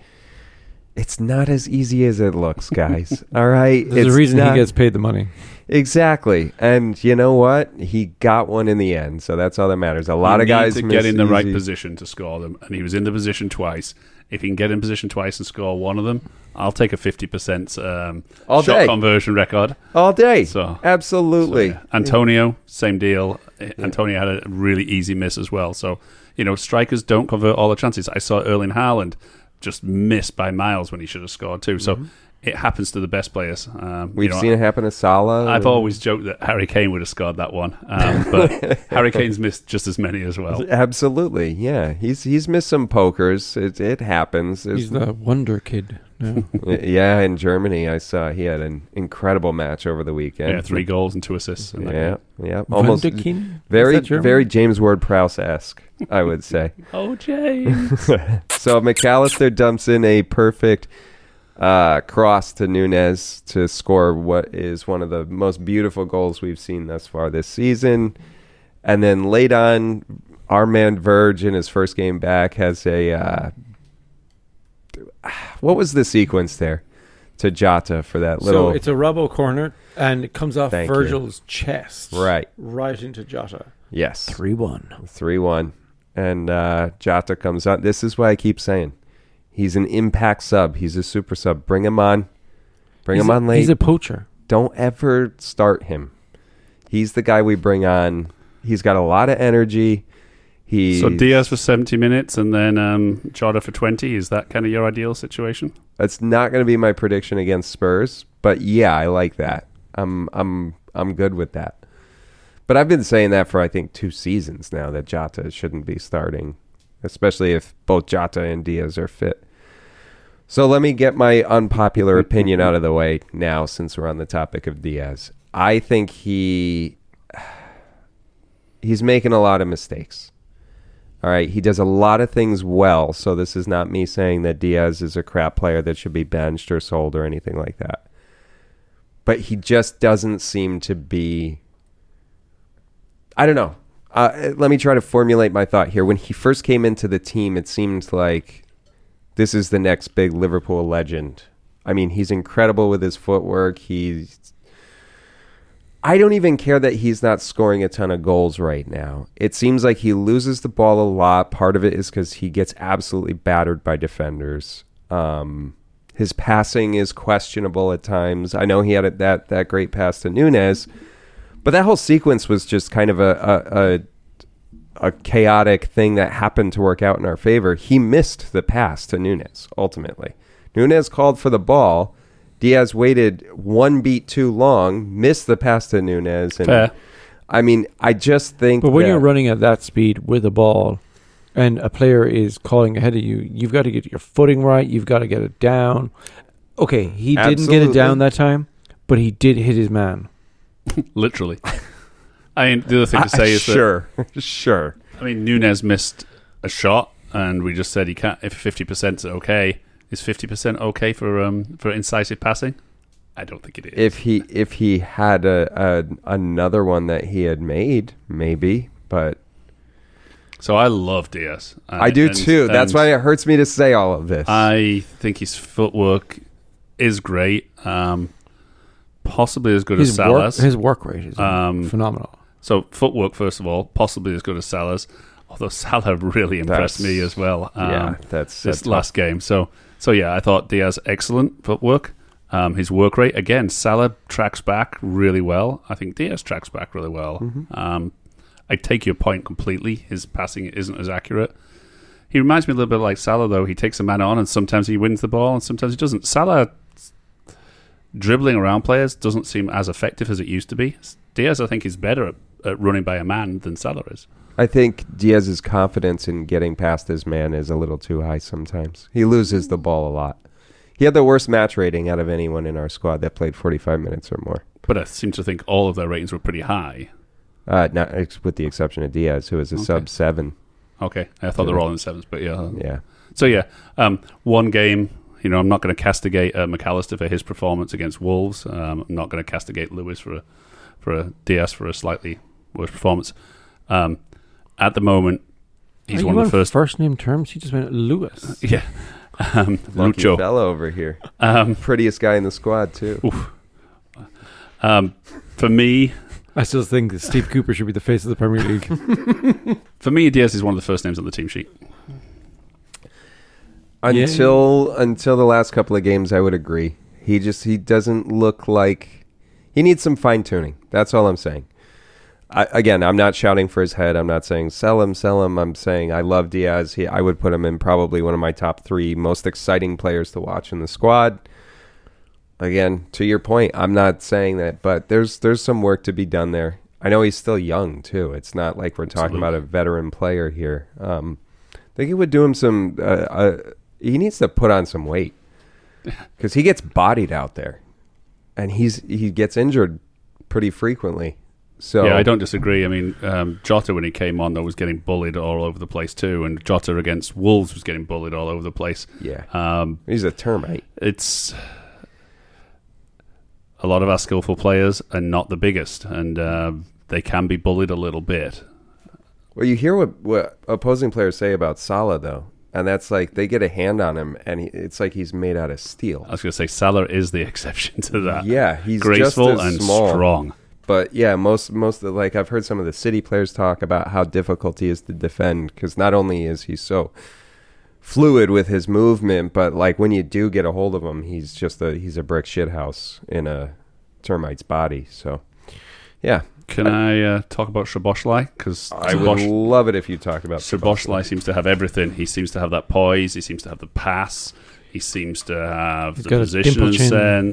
C: it's not as easy as it looks, guys. All right.
D: There's
C: It's
D: a reason
C: not-
D: he gets paid the money.
C: Exactly. And you know what? He got one in the end. So that's all that matters. A lot
B: you need
C: of guys
B: to
C: miss
B: get in the right
C: easy-
B: position to score them, and he was in the position twice. If he can get in position twice and score one of them, I'll take a fifty percent um,
C: All
B: shot
C: day.
B: conversion record.
C: all day.
B: So-
C: Absolutely.
B: So, yeah. Antonio, same deal. Uh, Antonio had a really easy miss as well. So, you know, strikers don't convert all the chances. I saw Erling Haaland just miss by miles when he should have scored too. So it happens to the best players. Um, you
C: Mm-hmm. We've
B: know,
C: seen it happen to Salah.
B: I've
C: and-
B: always joked that Harry Kane would have scored that one, um, but Harry Kane's missed just as many as well.
C: Absolutely, yeah. He's he's missed some pokers. It it happens. There's-
D: He's the wonder kid. No.
C: yeah, in Germany, I saw he had an incredible match over the weekend.
B: Yeah, three goals and two assists. And that
C: Yeah,
B: game.
C: yeah, almost
D: Wunderkind? Is
C: very
D: that German?
C: very James Ward Prowse esque, I would say.
B: Oh, James.
C: So McAllister dumps in a perfect uh, cross to Nunez to score what is one of the most beautiful goals we've seen thus far this season. And then late on, our man Verge in his first game back has a. Uh, what was the sequence there to Jota for that little.
D: So it's a Robbo corner, and it comes off
C: Thank you.
D: Virgil's chest.
C: Right.
D: Right into Jota.
C: yes.
D: 3 1.
C: 3 1. And uh, Jota comes on. This is why I keep saying he's an impact sub. He's a super sub. Bring him on. Bring him on late.
D: He's a poacher.
C: Don't ever start him. He's the guy we bring on. He's got a lot of energy. He
B: so Diaz for 70 minutes and then um, Jota for 20. Is that kind of your ideal situation?
C: That's not going to be my prediction against Spurs, but yeah, I like that. I'm I'm I'm good with that. But I've been saying that for I think two seasons now that Jota shouldn't be starting, especially if both Jota and Diaz are fit. So let me get my unpopular opinion out of the way now since we're on the topic of Diaz. I think he he's making a lot of mistakes. All right, he does a lot of things well, so this is not me saying that Diaz is a crap player that should be benched or sold or anything like that. But he just doesn't seem to be I don't know. Uh, let me try to formulate my thought here. When he first came into the team, it seemed like this is the next big Liverpool legend. I mean, he's incredible with his footwork. He's I don't even care that he's not scoring a ton of goals right now. It seems like he loses the ball a lot. Part of it is because he gets absolutely battered by defenders. Um, his passing is questionable at times. I know he had a, that that great pass to Nunez, but that whole sequence was just kind of a a, a a chaotic thing that happened to work out in our favor. He missed the pass to Nunez ultimately. Nunez called for the ball. Diaz waited one beat too long, missed the pass to Nunez, and
B: Fair.
C: I mean, I just think.
D: But when
C: that-
D: you're running at that speed with a ball and a player is calling ahead of you, you've got to get your footing right. You've got to get it down. Okay, he didn't get
C: Absolutely.
D: it down that time, but he did hit his man.
B: Literally. I mean, the other thing
C: I-
B: to say is that
C: sure, sure.
B: I mean, Nunez missed a shot, and we just said he can't. If fifty percent's okay, is fifty percent okay for um for incisive passing? I don't think it is.
C: If he if he had a, a another one that he had made, maybe, but
B: so I love Diaz. And-
C: I do
B: Uh, and-
C: too. That's
B: and
C: why it hurts me to say all of this.
B: I think his footwork is great. Um, possibly as good as
D: His work,
B: Salah's.
D: his work rate is
B: Um,
D: phenomenal.
B: so footwork, first of all, possibly as good as Salah's. Although Salah really impressed
C: That's-
B: me as well. Um,
C: yeah, that's
B: this
C: that's
B: last game. So so yeah, I thought Diaz excellent footwork. Um, his work rate again. Salah tracks back really well. I think Diaz tracks back really well.
C: Hmm. Mm-hmm.
B: Um, I take your point completely. His passing isn't as accurate. He reminds me a little bit like Salah though. He takes a man on, and sometimes he wins the ball, and sometimes he doesn't. Salah dribbling around players doesn't seem as effective as it used to be. Diaz, I think, is better at, at running by a man than Salah is.
C: I think Diaz's confidence in getting past his man is a little too high sometimes. He loses the ball a lot. He had the worst match rating out of anyone in our squad that played 45 minutes or more.
B: But I seem to think all of their ratings were pretty high.
C: Uh, not ex- with the exception of Diaz, who is a
B: Okay.
C: sub seven.
B: Okay, I thought they were all in the sevens, but yeah.
C: Yeah,
B: So yeah, um, one game. You know, I'm not going to castigate uh, McAllister for his performance against Wolves. Um, I'm not going to castigate Lewis for a, for a DS for a slightly worse performance. Um, at the moment, he's
D: Are
B: one
D: you
B: of
D: on
B: the first.
D: first name terms. He just went Lewis.
B: Yeah, um,
C: lucky
B: Lucho.
C: fella over here.
B: Um,
C: Prettiest guy in the squad too.
B: um, for me,
D: I still think that Steve Cooper should be the face of the Premier League.
B: for me, Diaz is one of the first names on the team sheet.
D: Yeah.
C: Until until the last couple of games, I would agree. He just he doesn't look like he needs some fine tuning. That's all I'm saying. I, again, I'm not shouting for his head. I'm not saying sell him, sell him. I'm saying I love Diaz. He, I would put him in probably one of my top three most exciting players to watch in the squad. Again, to your point, I'm not saying that, but there's there's some work to be done there. I know he's still young too. It's not like we're talking
B: Absolutely.
C: about a veteran player here. Um, I think it would do him some. Uh, uh, he needs to put on some weight because he gets bodied out there, and he's he gets injured pretty frequently.
D: Oh.
C: So
B: Yeah, I don't disagree. I mean, um, Jota when he came on, though, was getting bullied all over the place too, and Jota against Wolves was getting bullied all over the place.
C: Yeah,
B: Um,
C: he's a termite.
B: it's a lot of our skillful players are not the biggest, and um they can be bullied a little bit.
C: Well, you hear what, what opposing players say about Salah though, and that's like they get a hand on him, and he, it's like he's made out of steel.
B: I was going to say Salah is the exception to that.
C: yeah, he's
B: uh, graceful
C: just as
B: and
C: small.
B: strong.
C: But yeah, most most of, the- like I've heard some of the city players talk about how difficult he is to defend because not only is he so fluid with his movement, but like when you do get a hold of him, he's just a he's a brick shit house in a termite's body. So yeah,
B: Can I uh, talk about Shaboshlai? Because
C: I would love it if you talk about
B: Shaboshlai seems to have everything. He seems to have that poise. He seems to have the pass. He seems to have
D: He's
B: the
D: got a dimple
B: position
D: chin.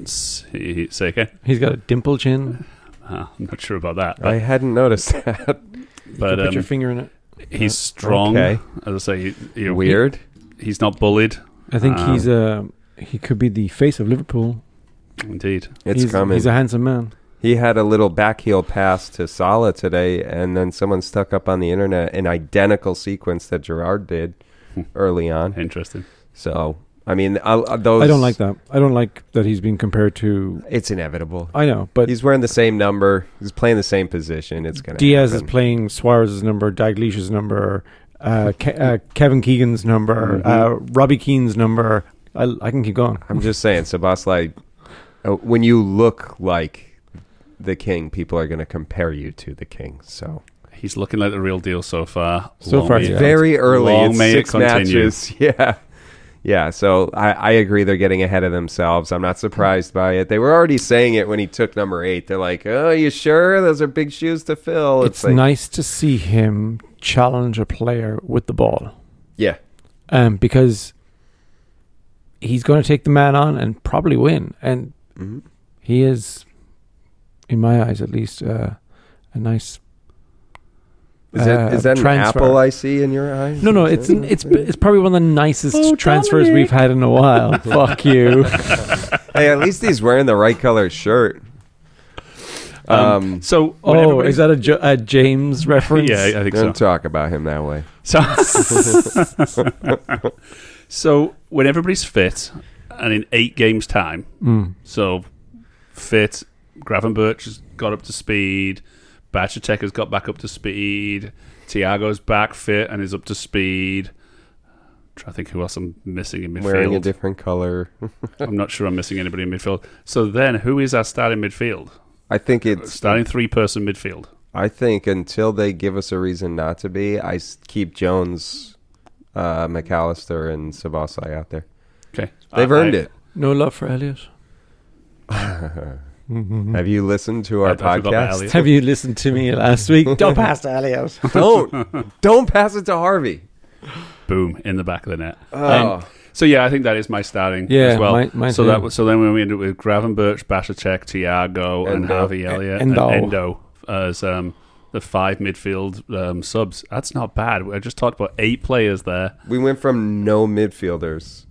B: sense. He, he- say again.
D: He's got a dimple chin.
B: Uh, I'm not sure about that.
C: I hadn't noticed that.
D: You
B: But,
D: can put your
B: um,
D: finger in it.
B: he's strong.
C: Okay.
B: As I say, he, he-
C: Weird.
B: he's not bullied.
D: I think
B: um,
D: he's a. He could be the face of Liverpool.
B: Indeed.
C: It's
D: he's,
C: coming.
D: He's a handsome man.
C: He had a little back heel pass to Salah today, and then someone stuck up on the internet an identical sequence that Gerard did
B: Hmm.
C: early on.
B: Interesting.
C: So, I mean, I'll, I'll-
B: Oh,
C: those.
D: I don't like that. I don't like that he's being compared to.
C: It's inevitable.
D: I know, but
C: He's wearing the same number. He's playing the same position. It's gonna.
D: Diaz
C: happen.
D: is playing Suarez's number, Dalglish's number, uh, Ke- uh, Kevin Keegan's number, uh,
C: Mm-hmm.
D: Robbie Keane's number. I, I can keep going.
C: I'm just saying, Sabas, uh when you look like the king, people are gonna compare you to the king. So
B: He's looking like the real deal so far.
D: So far,
B: may
D: yeah.
B: it-
C: very early.
B: Long
C: it's
B: may it
C: six
B: continue.
C: matches. Yeah. Yeah, so I, I agree they're getting ahead of themselves. I'm not surprised by it. They were already saying it when he took number eight. They're like, "Oh, you sure? Those are big shoes to fill."
D: It's
C: like,
D: nice to see him challenge a player with the ball
C: yeah,
D: um, because he's going to take the man on and probably win. And
C: Mhm.
D: he is, in my eyes at least, uh, a nice
C: Is that,
D: Uh,
C: is that an
D: transfer.
C: apple I see in your eyes?
D: No, no, it's
C: Is it?
D: it's it's probably one of the nicest transfers we've had in a while. Fuck you.
C: hey, at least he's wearing the right color shirt. Um,
B: So, when
D: Oh,
B: everybody-
D: is that a, jo- a James reference?
B: yeah, I think so.
C: don't talk about him that way.
B: So, so when everybody's fit, and in eight games' time,
D: Mm.
B: so fit, Gravenberch has got up to speed, Bachatek has got back up to speed, Tiago's back fit and is up to speed. trying to think who else I'm missing in
C: Wearing a
B: midfield.
C: different color.
B: I'm not sure I'm missing anybody in midfield. So then, who is our starting midfield?
C: I think
B: Uh,
C: it's.
B: Starting three-person midfield.
C: I think until they give us a reason not to be, I s- keep Jones, uh, McAllister, and Sabasai out there.
B: Okay,
C: They've
B: I-
C: earned
B: Uh, I-
C: it.
D: No love for Elliot.
C: Have you listened to our
B: Mm-hmm. I- I forgot about
C: podcast?
B: Elliot.
D: Have you listened to me last week? Don't pass to Elliot.
C: don't don't pass it to Harvey.
B: Boom in the back of the net.
C: Oh.
B: Um, so yeah, I think that is my starting
D: Yeah,
B: as well.
D: mine- mine
B: so
D: too.
B: that was, so then we ended with Gravenberch, Bashacek, Tiago, and,
C: Endo.
B: Harvey Elliott
D: Endo.
B: and Endo as um, the five midfield um, subs. That's not bad. I just talked about eight players there.
C: we went from no midfielders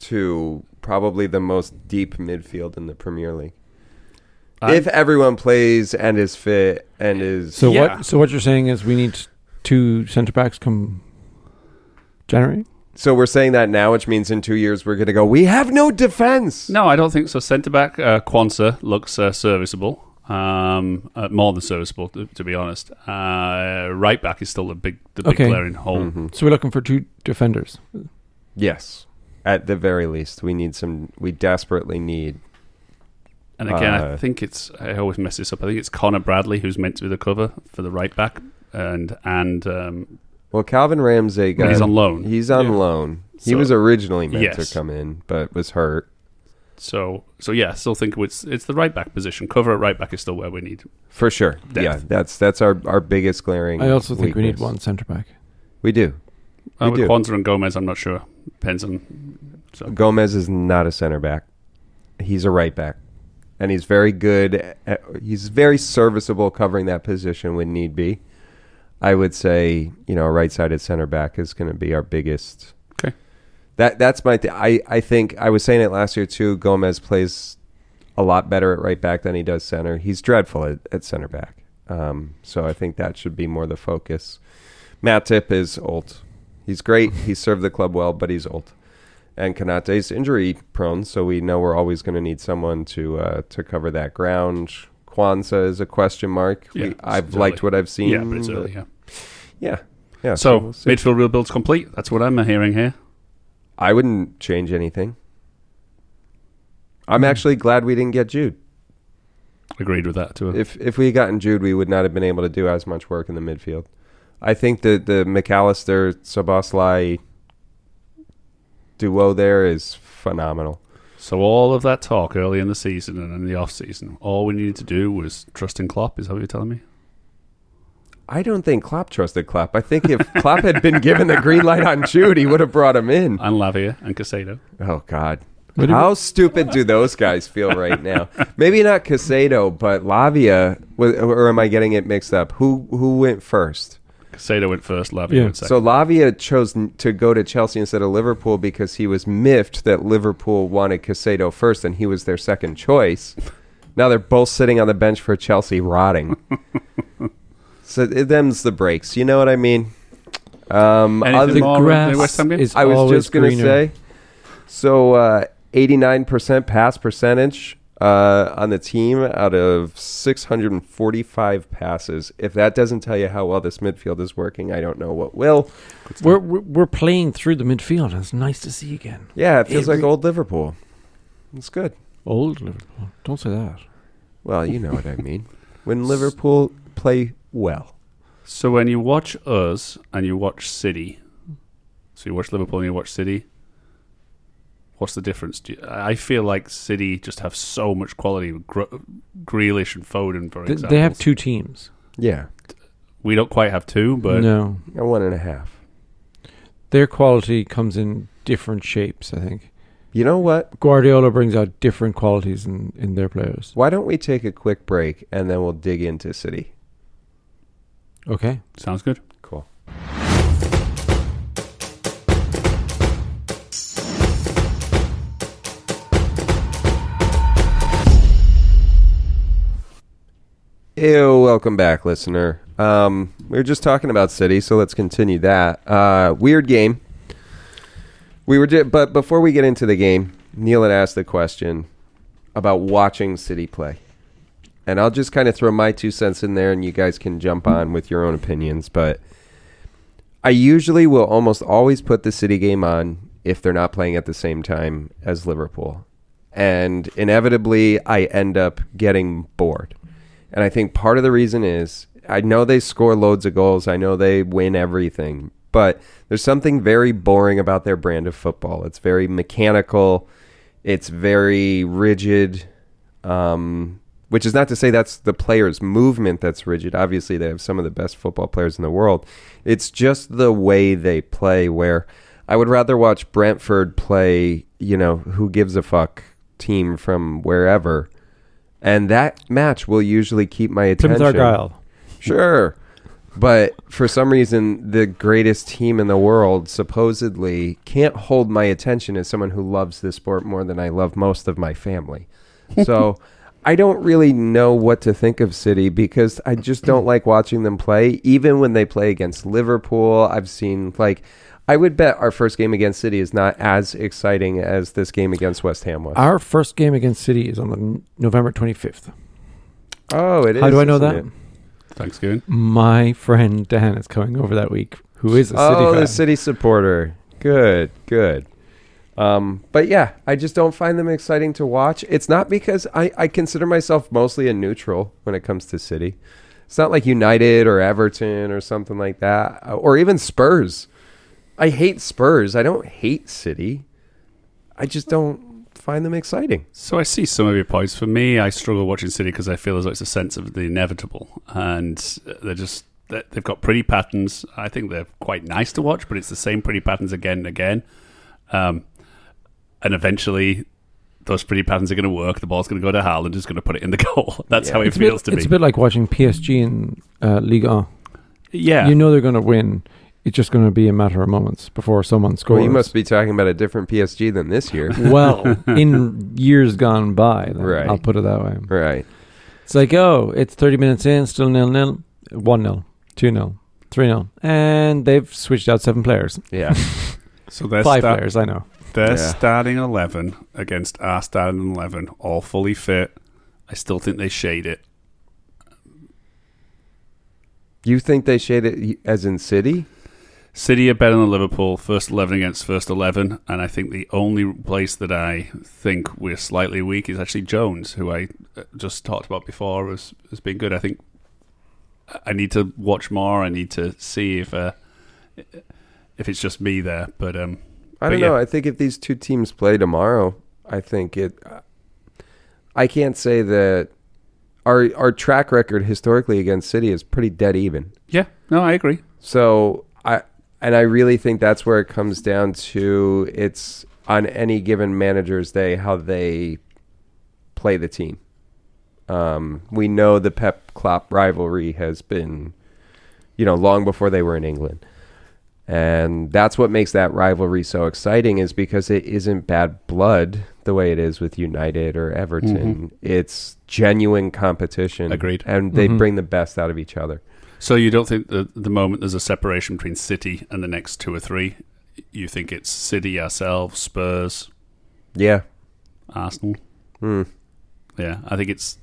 C: to probably the most deep midfield in the Premier League.
B: I-
C: if everyone plays and is fit and is
D: So
B: Yeah.
D: what? So what you're saying is we need two centre backs come January.
C: So we're saying that now, which means in two years we're going to go. We have no defense.
B: No, I don't think so. Centre back uh, Kwanzaa looks uh, serviceable, um, uh, more than serviceable to, to be honest. Uh, right back is still the big the big
D: Okay.
B: glaring hole.
C: Mhm.
D: So we're looking for two defenders.
C: Yes, at the very least, we need some. We desperately need.
B: And again, I
C: Uh,
B: think it's I always mess this up. I think it's Connor Bradley who's meant to be the cover for the right back, and and um,
C: Well, Calvin Ramsey got.
B: he's on loan.
C: he's on
D: Yeah.
C: loan. He
B: So-
C: was originally meant
B: Yes.
C: to come in, but was hurt.
B: So so yeah, I still think it's it's the right back position. Cover at right back is still where we need.
C: For sure.
B: Depth.
C: Yeah, that's that's our, our biggest glaring.
D: I also think we need
C: weakness.
D: one centre back.
C: We do.
B: Uh,
C: We
B: with
C: do.
B: Kwanzaa and Gomez, I'm not sure. Depends on. So
C: Gomez is not a center back. He's a right back. And he's very good. At, he's very serviceable covering that position when need be. I would say, you know, a right sided center back is going to be our biggest.
B: Okay.
C: That That's my thing. I I think I was saying it last year too. Gomez plays a lot better at right back than he does center. He's dreadful at, at center back. Um, so I think that should be more the focus. Matip is old. He's great. He served the club well, but he's old. And Kanate's injury prone, so we know we're always going to need someone to uh, to cover that ground. Kwanzaa is a question mark.
B: Yeah,
C: we, I've
B: it's early.
C: liked what I've seen.
B: yeah, but it's early. Yeah.
C: Yeah, yeah.
B: So
C: uh, we'll see.
B: midfield rebuild's complete. That's what I'm hearing here.
C: I wouldn't change anything. I'm actually glad we didn't get Jude.
B: Agreed with that too.
C: If if we had gotten Jude, we would not have been able to do as much work in the midfield. I think the the McAllister Sabasli duo there is phenomenal.
B: so all of that talk early in the season and in the off season, all we needed to do was trust in Klopp. Is that what you're telling me?
C: I don't think Klopp trusted Klopp. I think if Klopp had been given the green light on Jude, he would have brought him in.
B: And Lavia and Casado.
C: Oh God.
D: What do
C: How stupid do those guys feel right now? Maybe not Casado, but Lavia. wa- Or am I getting it mixed up? Who who went first?
B: Casado went first. Lavia
D: Yeah.
B: went second.
C: So Lavia chose n- to go to Chelsea instead of Liverpool because he was miffed that Liverpool wanted Casado first and he was their second choice. Now they're both sitting on the bench for Chelsea rotting. so it, them's the breaks. You know what I mean? Um,
B: Anything
C: other-
B: The more- grass West Ham game?
D: is
C: I was
D: always
C: just going to
D: greener.
C: say. So uh, 89% pass percentage uh, on the team out of 645 passes. If that doesn't tell you how well this midfield is working, I don't know what will.
D: we're, we're we're playing through the midfield. and It's nice to see again.
C: Yeah, it feels
D: It
C: like
D: re-
C: old Liverpool. It's good.
D: Old Liverpool. Don't say that.
C: Well, you know what I mean. When Liverpool play well.
B: So when you watch us and you watch City, so you watch Liverpool and you watch City, what's the difference? Do you, I feel like City just have so much quality. with Gr- Grealish and Foden, for
D: They,
B: example.
D: they have two teams.
C: Yeah.
B: We don't quite have two, but
D: no,
C: A one and a half.
D: their quality comes in different shapes. I think
C: You know what?
D: Guardiola brings out different qualities in in their players.
C: Why don't we take a quick break and then we'll dig into City?
D: Okay.
B: sounds good.
C: Cool. Ew, welcome back, listener. Um, we were just talking about City, so let's continue that. Uh, weird game. We were, ju- but before we get into the game, Neil had asked the question about watching City play. And I'll just kind of throw my two cents in there and you guys can jump on with your own opinions. But I usually will almost always put the City game on if they're not playing at the same time as Liverpool. And inevitably, I end up getting bored. And I think part of the reason is I know they score loads of goals, I know they win everything, but there's something very boring about their brand of football. It's very mechanical, it's very rigid. Um, which is not to say that's the player's movement that's rigid. Obviously, they have some of the best football players in the world. It's just the way they play, where I would rather watch Brentford play, you know, who gives a fuck team from wherever. And that match will usually keep my
D: Plymouth
C: attention.
D: Argyle.
C: Sure. But for some reason, the greatest team in the world supposedly can't hold my attention as someone who loves this sport more than I love most of my family. So I don't really know what to think of City because I just don't like watching them play. Even when they play against Liverpool, I've seen like I would bet our first game against City is not as exciting as this game against West Ham was.
D: Our first game against City is on the n- November 25th.
C: oh, it is.
D: How do I know
C: isn't
D: that?
C: it?
B: Thanksgiving.
D: My friend Dan is coming over that week, who is a City
C: oh,
D: fan.
C: the City supporter. Good, good. Um, but yeah, I just don't find them exciting to watch. It's not because I, I consider myself mostly a neutral when it comes to City. It's not like United or Everton or something like that, uh, or even Spurs. I hate Spurs. I don't hate City. I just don't find them exciting.
B: So I see some of your points. For me, I struggle watching City because I feel as though it's a sense of the inevitable, and they're just they- they've got pretty patterns. I think they're quite nice to watch, but it's the same pretty patterns again and again. Um, and eventually, those pretty patterns are going to work. The ball's going to go to Haaland, who's going to put it in the goal. That's
C: Yeah.
B: how it
D: it's a bit-
B: feels to
D: It's a
B: me.
D: bit like watching PSG in uh, Ligue 1.
B: yeah,
D: You know they're going to win. It's just going to be a matter of moments before someone scores.
C: Well, you must be talking about a different PSG than this year.
D: well, in years gone by, then,
C: Right.
D: I'll put it that way.
C: right.
D: It's like, oh, it's 30 minutes in, still nil nil, 1 0, 2 0, 3 0. And they've switched out seven players.
C: Yeah.
B: so they're,
D: Five
B: sta-
D: players, I know.
B: they're
C: Yeah.
B: starting eleven against our starting eleven, all fully fit. I still think they shade it.
C: you think they shade it as in City?
B: City are better than Liverpool, first 11 against first 11. And I think the only place that I think we're slightly weak is actually Jones, who I uh, just talked about before as, as being good. I think I- I need to watch more. I need to see if uh, if it's just me there. But um,
C: I
B: But
C: don't
B: yeah.
C: know. I think if these two teams play tomorrow, I think it. I can't say that our our track record historically against City is pretty dead even.
B: yeah, no, I agree.
C: So I and I really think that's where it comes down to. It's on any given manager's day how they play the team. Um, we know the Pep Klopp rivalry has been, you know, long before they were in England. And that's what makes that rivalry so exciting is because it isn't bad blood the way it is with United or Everton. It's genuine competition.
B: Agreed.
C: And they
D: Mhm.
C: bring the best out of each other.
B: So you don't think that at the moment there's a separation between City and the next two or three? You think it's City, ourselves, Spurs,
C: Yeah.
B: Arsenal?
C: Mm.
B: Yeah, I think it's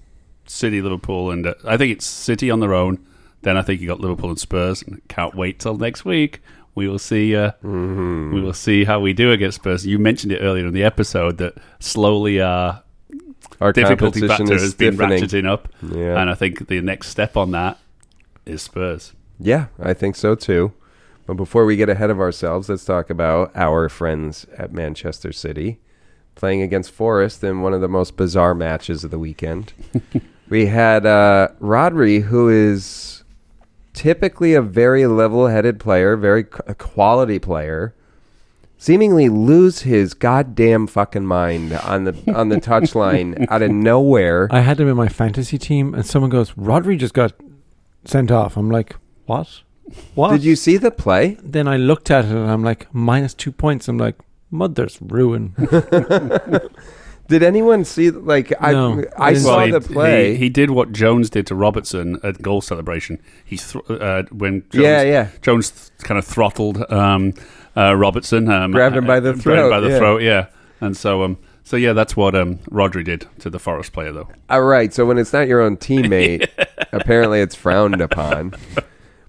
B: City, Liverpool, and uh, I think it's City on their own. Then I think you got Liverpool and Spurs, and can't wait till next week. We will see. Uh,
C: Mm-hmm.
B: We will see how we do against Spurs. You mentioned it earlier in the episode that slowly our
C: Our
B: difficulty
C: competition
B: factor
C: is
B: has been
C: stiffening.
B: ratcheting up,
C: Yeah.
B: and I think the next step on that is Spurs.
C: Yeah, I think so too. But before we get ahead of ourselves, let's talk about our friends at Manchester City playing against Forest in one of the most bizarre matches of the weekend. we had uh, Rodri, who is typically a very level headed player, very q- a quality player. Seemingly lose his goddamn fucking mind on the on the touchline out of nowhere.
D: I had him in my fantasy team, and someone goes, Rodri just got sent off. I'm like, what? What?
C: Did you see the play?
D: Then I looked at it, and I'm like, minus two points. I'm like, mother's ruin.
C: Did anyone see like I
D: No, I
C: I
D: didn't
C: saw
B: he-
C: the play.
B: He, he did what Jones did to Robertson at goal celebration. He thr uh, when Jones,
C: yeah, yeah.
B: Jones th- kind of throttled um, uh, Robertson, um,
C: Grabbed him by the
B: grabbed
C: throat,
B: by the
C: yeah.
B: throat, yeah. And so, um, so yeah, that's what um, Rodri did to the Forest player, though.
C: All Uh, right. So when it's not your own teammate, apparently it's frowned upon.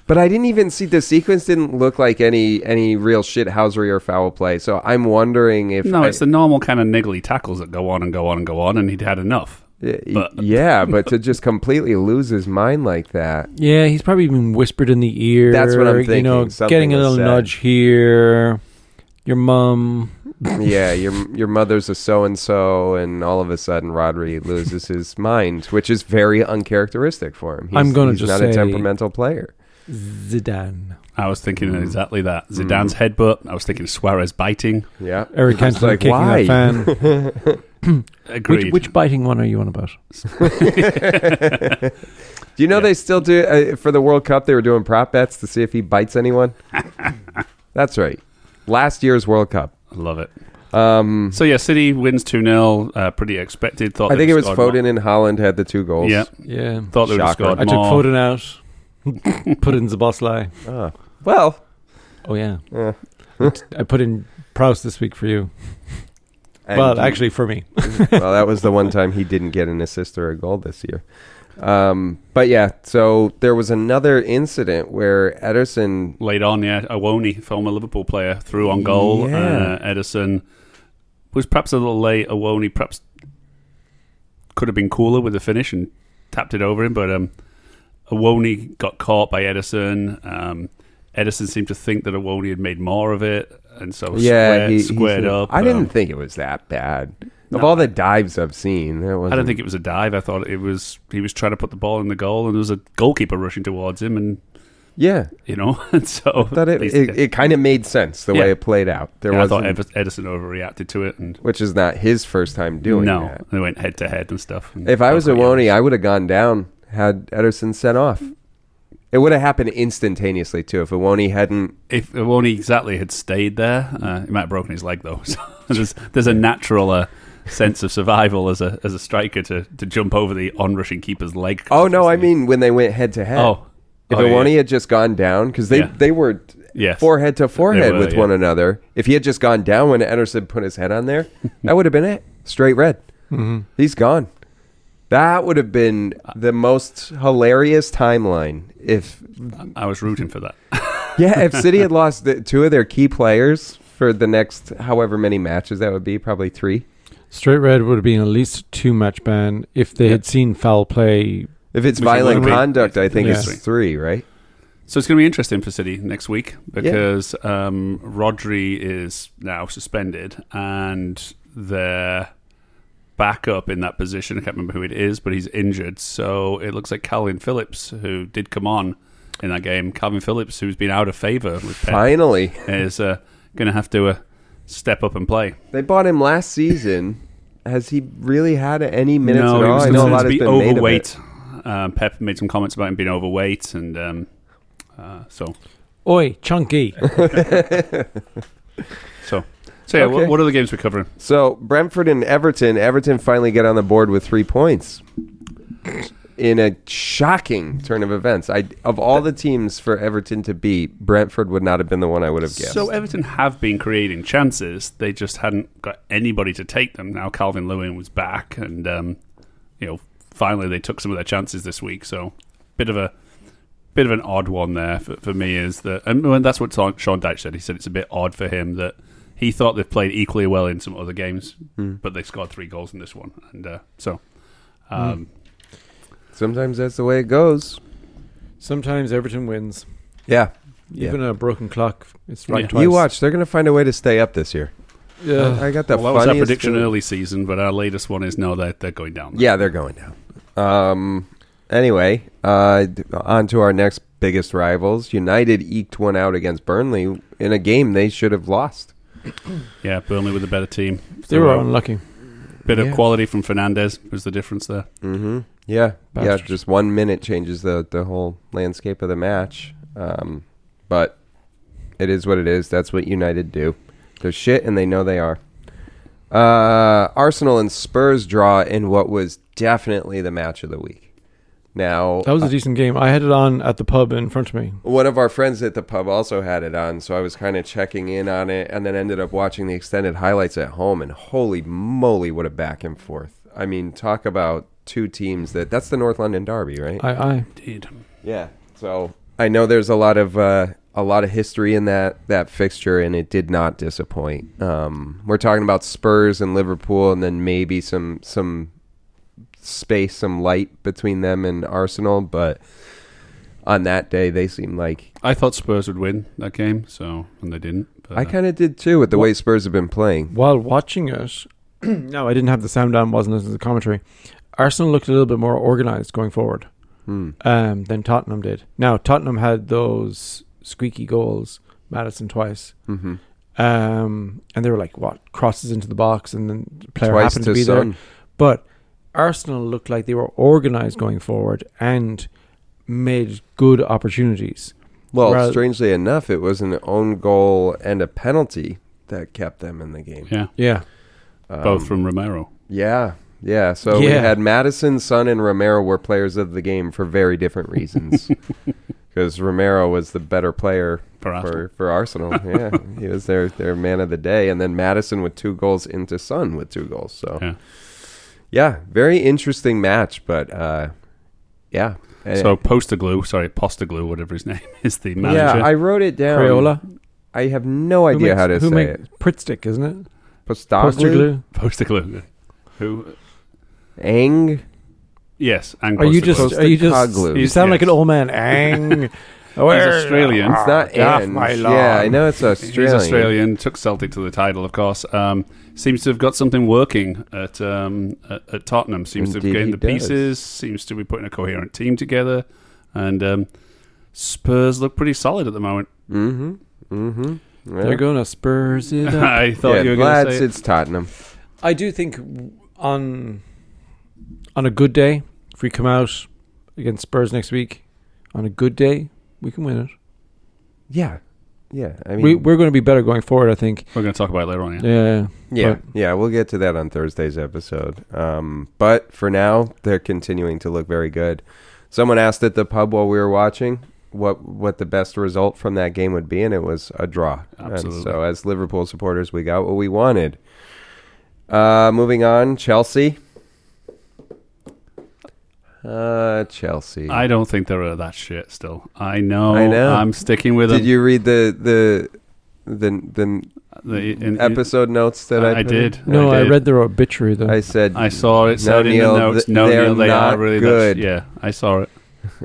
C: But I didn't even see the sequence. Didn't look like any any real shithousery or foul play. So I'm wondering if
B: No,
C: I-
B: it's the normal kind of niggly tackles that go on and go on and go on, and he'd had enough.
C: y- y-
B: but-
C: yeah, but to just completely lose his mind like that.
D: Yeah, he's probably been whispered in the ear.
C: That's what I'm
D: You know,
C: thinking. Something
D: getting a
C: was
D: little
C: said.
D: nudge here. Your mum.
C: Yeah, your your mother's a so and so, and all of a sudden Rodri loses his mind, which is very uncharacteristic for him. He's,
D: I'm gonna
C: he's
D: just
C: not a
D: say-
C: temperamental player.
D: Zidane.
B: I was thinking
C: Mm.
B: exactly that Zidane's headbutt. I was thinking Suarez biting.
C: Yeah,
D: Eric
C: I was
D: Cantona kicking
C: why?
D: that fan.
B: Agreed.
D: which, which biting one are you on about?
C: Do you know
B: Yeah.
C: they still do uh, for the World Cup? They were doing prop bets to see if he bites anyone. That's right. Last year's World Cup.
B: I love it.
C: Um,
B: So yeah, City wins two 0 uh, Pretty expected. Thought
C: I think
B: they'd
C: it was
B: scored more.
C: Foden and Holland had the two goals.
B: Yeah,
D: Yeah.
B: thought they would have
C: Shocker.
B: scored
D: I took
B: more.
D: Foden out, put in Zaboslai.
C: Ah. well,
D: Oh, yeah.
C: yeah.
D: I put in Proust this week for you.
C: And-
D: well, actually, for me.
C: well, that was the one time he didn't get an assist or a goal this year. Um, but yeah, so there was another incident where Ederson.
B: Late on, yeah, Awoni, former Liverpool player, threw on goal.
C: Yeah.
B: Uh, Edison was perhaps a little late. Awoni perhaps could have been cooler with the finish and tapped it over him, but um, Awoni got caught by Edison. Um, Edison seemed to think that Awoni had made more of it, and so
C: Yeah,
B: squared,
C: he,
B: squared
C: he's-
B: up.
C: I
B: um,
C: didn't think it was that bad. Of
B: No.
C: all the dives I've seen, there was.
B: I don't think it was a dive. I thought it was he was trying to put the ball in the goal, and there was a goalkeeper rushing towards him, and
C: Yeah,
B: you know, and so
C: that it
B: at least-
C: it, it kind of made sense the way
B: Yeah.
C: it played out. There
B: yeah, I
C: was,
B: thought Ed- Edison overreacted to it, and
C: which is not his first time doing
B: no,
C: that.
B: they went head to head and stuff. and
C: If I was
B: both were
C: Awoni,
B: yellows.
C: I would have gone down had Ederson sent off. It would have happened instantaneously too if Awoni hadn't.
B: if Awoni exactly had stayed there, uh, he might have broken his leg though. So there's there's a natural uh, sense of survival as a as a striker to to jump over the onrushing keeper's leg.
C: Oh no, I mean when they went head to head.
B: oh,
C: If
B: oh, yeah,
C: Awoni had just gone down, because they,
B: Yeah.
C: they were
B: yes.
C: forehead to forehead
B: were,
C: with
B: yeah.
C: one another. If he had just gone down when Ederson put his head on there, that would have been it. Straight red.
B: Mm-hmm.
C: He's gone. That would have been the most hilarious timeline if
B: I was rooting for that.
C: yeah, if City had lost the, two of their key players for the next however many matches that would be, probably three.
D: Straight red would have been at least two match ban if they had seen foul play.
C: If it's
B: Which it
C: violent
B: would be.
C: conduct, I think it's
D: Yeah.
C: three, right?
B: So it's going to be interesting for City next week because um, Rodri is now suspended and their backup in that position, I can't remember who it is, but he's injured. So it looks like Calvin Phillips, who did come on in that game, Calvin Phillips, who's been out of favour with Pep,
C: Finally,
B: is uh, going to have to uh, step up and play.
C: they bought him last season. Has he really had any minutes
B: no,
C: at
B: he
C: all?
B: was
C: I know a lot
B: considered
C: has
B: to be
C: been made of it.
B: overweight. Um, Pep made some comments about him being overweight, and um, uh, so
D: Oi, chunky.
B: so so yeah. wh-
C: Okay.
B: what are the games we're covering?
C: So Brentford and Everton. Everton finally get on the board with three points in a shocking turn of events. I of all the teams for Everton to beat, Brentford would not have been the one I would have guessed.
B: So eh, Everton have been creating chances. They just hadn't got anybody to take them. Now Calvin Lewin was back, and um, you know, finally they took some of their chances this week. So bit of a bit of an odd one there for, for me is that, and well, that's what Sean Sean Dyche said. He said it's a bit odd for him that he thought they've played equally well in some other games,
C: Hmm.
B: but they scored three goals in this one, and uh, so. Um,
C: Sometimes that's the way it goes.
D: Sometimes Everton wins.
C: Yeah.
D: Even a broken clock, it's struck
B: Yeah.
D: twice.
C: You Uh, watch, they're going to find a way to stay up this year.
D: Yeah.
C: I got the
B: Uh, well, that was our
C: funniest
B: prediction
C: feeling.
B: early season, but our latest one is no, they're, they're going down.
C: Yeah, they're going down. Um, anyway, uh, d- on to our next biggest rivals. United eked one out against Burnley in a game they should have lost.
B: yeah, Burnley with a better team.
D: They were unlucky.
B: Bit
C: Yeah.
B: of quality from Fernandez was the difference there.
C: Mm-hmm. Yeah, yeah.
D: Bastards.
C: Just one minute changes the the whole landscape of the match. Um, but it is what it is. That's what United do. They're shit, and they know they are. Uh, Arsenal and Spurs draw in what was definitely the match of the week. Now
D: That was a decent game. I had it on at the pub in front of me.
C: one of our friends at the pub also had it on, so I was kind of checking in on it, and then ended up watching the extended highlights at home. And holy moly, what a back and forth! I mean, talk about two teams that—that's the North London derby, right?
D: I, I
B: Indeed.
C: yeah. So I know there's a lot of uh, a lot of history in that that fixture, and it did not disappoint. Um, we're talking about Spurs and Liverpool, and then maybe some some space, some light between them and Arsenal, but. On that day, they seemed like
B: I thought Spurs would win that game, so and they didn't. But,
C: I
D: Uh-huh.
B: uh,
C: kind of did too with the way Spurs have been playing.
D: while watching it, no, I didn't have the sound on, wasn't listening to the commentary. Arsenal looked a little bit more organized going forward
C: Hmm.
D: um, than Tottenham did. Now Tottenham had those squeaky goals, Madison twice,
C: Mm-hmm.
D: um, and they were like what crosses into the box, and then the player
C: Twice
D: happened
C: to
D: to be there.
C: Son.
D: But Arsenal looked like they were organized going forward and made good opportunities.
C: Well,
D: Rather-
C: strangely enough, it was an own goal and a penalty that kept them in the game.
B: Yeah,
D: Yeah.
C: Um,
B: both from Romero.
C: Yeah. Yeah. So we
D: Yeah.
C: had Madison, Sun, and Romero were players of the game for very different reasons. Because Romero was the better player
B: For Arsenal.
C: for, for Arsenal. Yeah. he was their, their man of the day. And then Madison with two goals into Sun with two goals. So,
B: Yeah.
C: yeah, very interesting match. But, uh, yeah. Eh,
B: So Posterglue, sorry, Posterglue, whatever his name is, the manager.
C: yeah, I wrote it down.
D: Crayola.
C: I have no idea how to say it.
D: Pritstick, isn't it? Poster
C: Postaglu?
D: glue.
B: Posterglue. Who?
C: Ang?
B: Yes, and
D: Are you
B: Posterglue.
D: just? Are you just?
C: Postaglu.
D: You sound like an
B: Yes.
D: old man. Ang.
B: Australian.
C: It's not
D: Off
C: Ang.
D: Ah, my lawn.
C: Yeah, I know it's Australian.
B: He's Australian. Took Celtic to the title, of course. Um, seems to have got something working at um, at, at Tottenham. Seems to have
C: Indeed
B: gained the
C: he does.
B: pieces. Seems to be putting a coherent team together. And um, Spurs look pretty solid at the moment.
C: Mm-hmm. Mm-hmm.
D: They're going to Spurs it up.
B: I thought
C: yeah,
B: you were going
C: lads,
B: to say.
C: it's Tottenham.
D: I do think on on a good day, if we come out against Spurs next week, on a good day, we can win it.
C: Yeah, yeah. I mean,
D: we, we're going to be better going forward, I think.
B: We're going to talk about it later on. Yeah.
D: Yeah.
C: yeah,
D: but-
C: yeah. We'll get to that on Thursday's episode. Um, but for now, they're continuing to look very good. Someone asked at the pub while we were watching what what the best result from that game would be, and it was a draw. And
B: Absolutely.
C: so, as Liverpool supporters, we got what we wanted. Uh, moving on, Chelsea. Uh, Chelsea.
B: I don't think they're that shit still. I know.
C: I know.
B: I'm sticking with
C: Did
B: them.
C: you read the the the the
B: The- in-
C: episode notes that I,
B: I
C: put
B: did.
C: in?
D: No, I,
B: did.
D: read their obituary though.
C: I said
B: I saw it
C: No,
B: said in
C: Neil,
B: the notes.
C: th-
B: no,
C: they're
B: Neil, they are
C: not
B: really
C: good.
B: That sh- yeah, I saw it.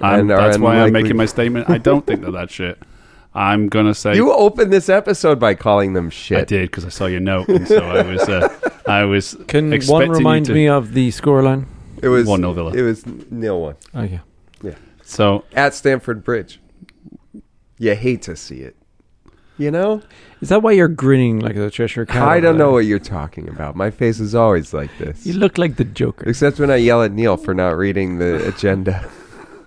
B: I'm,
C: And are
B: that's why I'm
C: unlikely-
B: making my statement. I don't think they're that shit. I'm gonna say
C: you opened this episode by calling them
B: I
C: shit.
B: did because I saw your note, and so I was uh, I was
D: can one
B: expecting you
D: remind
B: to-
D: me of the scoreline?
C: It was
B: one nil Villa.
C: It was nil one
D: Oh yeah.
B: so
C: at Stamford Bridge. You hate to see it. You know,
D: Is that why you're grinning like the Cheshire Cat?
C: I
D: over
C: don't
D: there?
C: know what you're talking about. My face is always like this,
D: You look like the Joker.
C: except when I yell at Neil for not reading the agenda.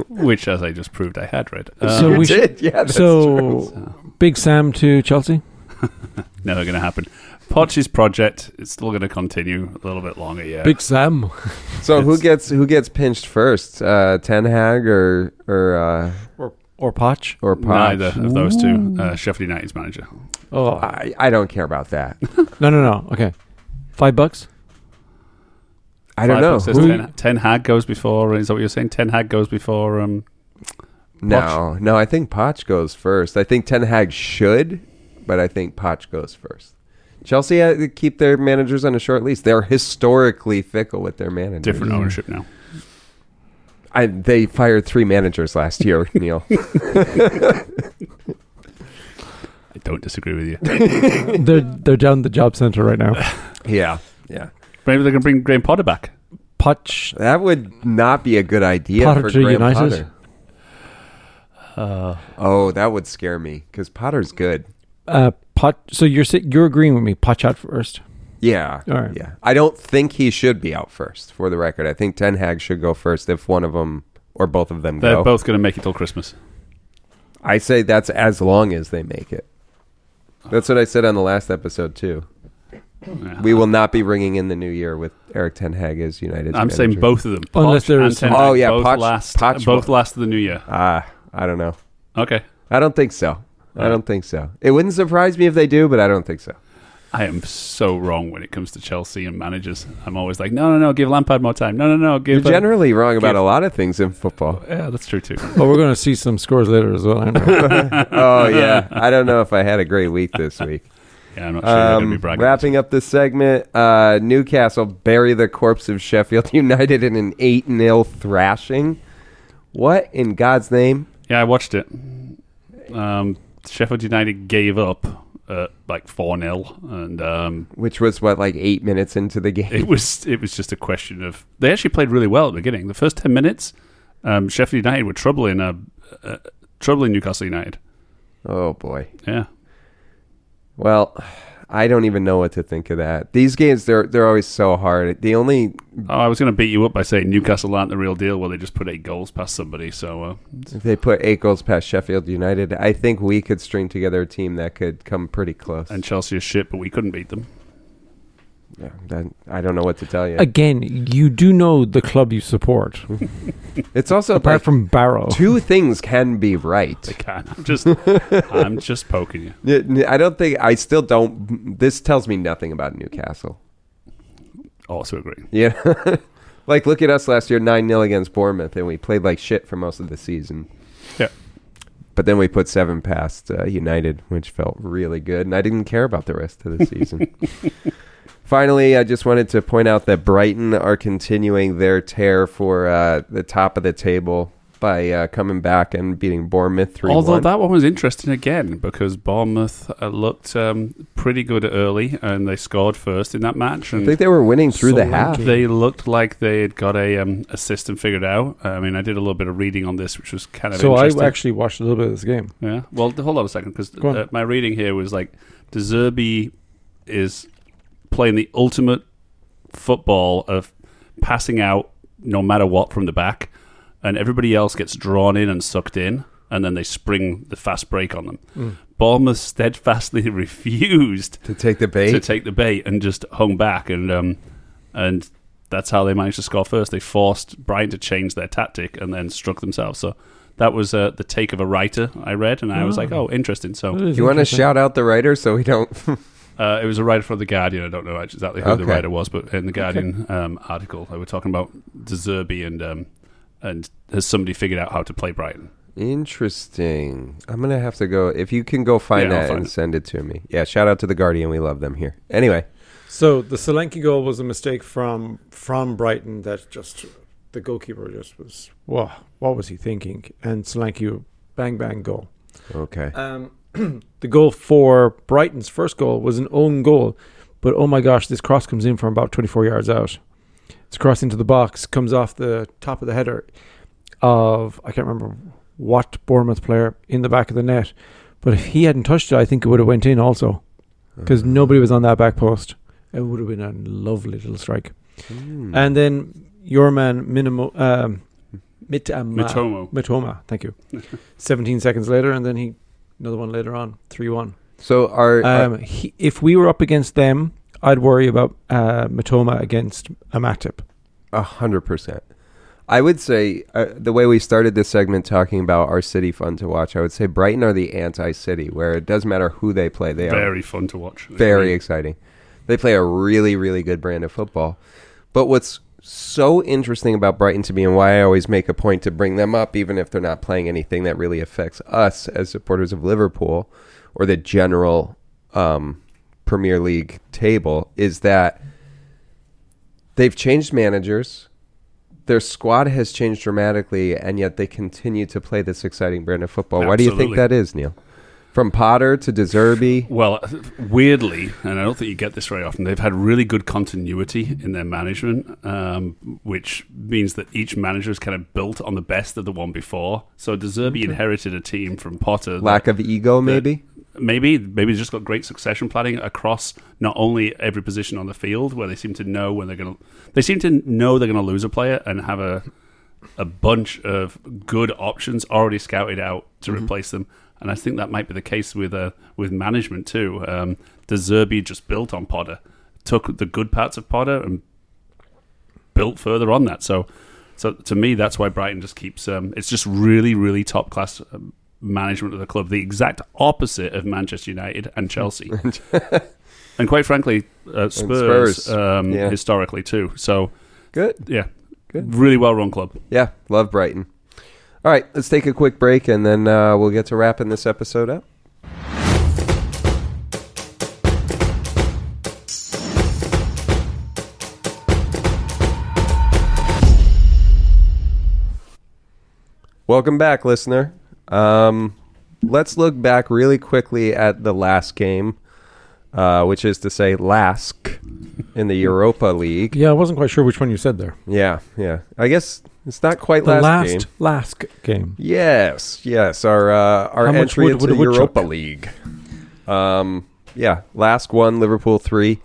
B: which, as I just proved, I had read. Uh,
D: So
C: you
D: we
C: did, yeah. That's true.
D: So, Big Sam to Chelsea.
B: never going to happen. Potch's project is still going to continue a little bit longer. Yeah,
D: Big Sam.
C: so who
B: it's-
C: gets who gets pinched first? Uh, Ten Hag or or uh,
D: Or Potch.
C: or Poch?
B: neither of those two. Uh, Sheffield United's manager.
D: Oh
C: I, I don't care about that.
D: no no no. Okay. Five bucks?
C: I don't
B: Five
C: know.
B: books says
C: Who-
B: ten, ten Hag goes before. Is that what you're saying? Ten Hag goes before. Um,
C: No, no, I think Poch goes first. I think Ten Hag should, but I think Poch goes first. Chelsea had to keep their managers on a short lease. They're historically fickle with their managers.
B: different ownership now.
C: I, they fired three managers last year, Neil.
B: I don't disagree with you.
D: they're they're down the job center right now.
C: yeah, yeah.
B: Maybe they're going to bring Graham Potter back.
D: Potch
C: That would not be a good idea
D: Potter
C: for
D: to
C: Graham
D: United?
C: Potter. Oh, that would scare me because Potter's good.
D: Uh, pot. So you're si- you're agreeing with me. Potch out first.
C: Yeah,
D: All right.
C: yeah. I don't think he should be out first. For the record, I think Ten Hag should go first if one of them or both of them
B: They're
C: go.
B: both going to make it till Christmas.
C: I say that's as long as they make it. That's what I said on the last episode too.
B: Yeah.
C: We will not be ringing in the new year with Eric Ten Hag as United.
B: I'm saying both of them.
D: Unless there is
B: and
D: some-
B: Ten Hag,
C: Oh, yeah,
B: both
C: Poch-
B: last,
C: Poch
B: both
C: will-
B: last of the new year.
C: Ah, I don't know.
B: Okay,
C: I don't think so. I
B: Right.
C: don't think so. It wouldn't surprise me if they do, but I don't think so.
B: I am so wrong when it comes to Chelsea and managers. I'm always like, no, no, no, give Lampard more time. No, no, no,
C: You're
B: give. uh,
C: generally wrong about
B: give-
C: a lot of things in football.
B: yeah, that's true too.
D: Well, we're going to see some scores later as well. I know.
C: oh yeah, I don't know if I had a great week this week.
B: Yeah, I'm not sure you're going
C: Um,
B: to be bragging.
C: wrapping up this segment, uh, Newcastle bury the corpse of Sheffield United in an eight 0 thrashing. What in God's name?
B: Yeah, I watched it. Um, Sheffield United gave up uh, like four 0 and um,
C: which was what like eight minutes into the game.
B: it was it was just a question of they actually played really well at the beginning. The first ten minutes, um, Sheffield United were troubling uh, uh, troubling Newcastle United.
C: Oh boy.
B: Yeah.
C: Well, I don't even know what to think of that. These games, they're they're always so hard. The only
B: Oh, I was going to beat you up by saying Newcastle aren't the real deal. Well, they just put eight goals past somebody. So uh,
C: they put eight goals past Sheffield United. I think we could string together a team that could come pretty close.
B: and Chelsea is shit, but we couldn't beat them.
C: yeah, that, I don't know what to tell you.
D: Again, you do know the club you support.
C: it's also
D: Apart
C: like,
D: from Barrow,
C: two things can be right.
B: They can't. I'm just, I'm just poking you.
C: Yeah, n- I don't think I still don't. This tells me nothing about Newcastle.
B: Also agree.
C: Yeah, like look at us last year, nine 0 against Bournemouth, and we played like shit for most of the season.
B: Yeah.
C: but then we put seven past uh, United, which felt really good, and I didn't care about the rest of the season. Finally, I just wanted to point out that Brighton are continuing their tear for uh, the top of the table by uh, coming back and beating Bournemouth three
B: Although
C: one.
B: that one was interesting again because Bournemouth uh, looked um, pretty good early and they scored first in that match.
C: I
B: And
C: think they were winning through the
D: Solanke.
C: half.
B: They looked like they had got a, um, a system figured out. I mean, I did a little bit of reading on this, which was kind of
D: so I
B: interesting.
D: actually watched a little bit of this game.
B: yeah. Well, th- hold on a second because
D: Go on.
B: uh, my reading here was like De Zerbi is playing the ultimate football of passing out no matter what from the back, and everybody else gets drawn in and sucked in, and then they spring the fast break on them.
D: Mm.
B: Bournemouth steadfastly refused
C: to take the bait.
B: to take the bait and just hung back and um, and that's how they managed to score first. They forced Brighton to change their tactic and then struck themselves. So that was uh, the take of a writer I read, and I was
C: Ah.
B: like, oh, interesting. So
C: Do you want to shout out the writer so we don't?
B: uh, it was a writer from the Guardian. I don't know exactly who the
C: Okay.
B: writer was, but in the Guardian um, article, they were talking about De Zerbi and um, and has somebody figured out how to play Brighton?
C: Interesting. I'm gonna have to go. If you can go find
B: Yeah, I'll
C: that
B: find
C: and
B: it.
C: send it to me. Yeah. Shout out to the Guardian. We love them here. Anyway,
A: So the Solanke goal was a mistake from from Brighton that just the goalkeeper just was whoa, what was he thinking? And Solanke bang bang goal.
C: okay.
D: Um, the goal for Brighton's first goal was an own goal, but oh my gosh, this cross comes in from about 24 yards out. It's crossed into the box, comes off the top of the header of, I can't remember what Bournemouth player in the back of the net, but if he hadn't touched it, I think it would have went in also
B: Uh,
D: because nobody was on that back post. It would have been a lovely little strike.
C: Hmm.
D: And then your man, Minimo, um, Mitama.
B: Mitomo.
D: Matoma, thank you. 17 seconds later, and then he another one later on, 3 1.
C: so our, our-
D: Um, he, if we were up against them, I'd worry about uh, Matoma against Amatip.
C: a hundred percent. I would say uh, the way we started this segment talking about our city fun to watch. I would say Brighton are the anti-city, where it doesn't matter who they play. They are
B: Very fun to watch.
C: very exciting. They play a really, really good brand of football. But what's so interesting about Brighton to me and why I always make a point to bring them up, even if they're not playing anything that really affects us as supporters of Liverpool or the general um, Premier League table, is that they've changed managers. Their squad has changed dramatically, and yet they continue to play this exciting brand of football. Why do you
B: Absolutely.
C: think that is, Neil? From Potter to Deserby.
B: Well, weirdly, and I don't think you get this very often, they've had really good continuity in their management, um, which means that each manager is kind of built on the best of the one before. So Deserbi inherited a team from Potter. that-
C: lack of ego maybe
B: maybe, maybe they've just got great succession planning across not only every position on the field, where they seem to know when they're going to, they seem to know they're going to lose a player and have a a bunch of good options already scouted out to replace them. And I think that might be the case with uh, with management too. Um, the Zerbi just built on Potter, took the good parts of Potter and built further on that. So, so to me, that's why Brighton just keeps. Um, it's just really, really top class um, management of the club. The exact opposite of Manchester United and Chelsea, and quite frankly, uh, Spurs,
C: Spurs,
B: Um,
C: yeah.
B: historically too. So,
C: good
B: yeah,
C: Good.
B: really well run club.
C: yeah love brighton all right let's take a quick break and then uh, we'll get to wrapping this episode up welcome back listener um, let's look back really quickly at the last game uh, which is to say lask in the europa league
D: Yeah, I wasn't quite sure which one you said there.
C: Yeah, yeah. I guess it's not quite
D: The
C: last,
D: last
C: game.
D: last g- game.
C: Yes, yes. Our uh, our
D: How much
C: entry
D: wood
C: into
D: would a
C: the
D: woodchuck?
C: Europa League. Um, yeah, last one, Liverpool three.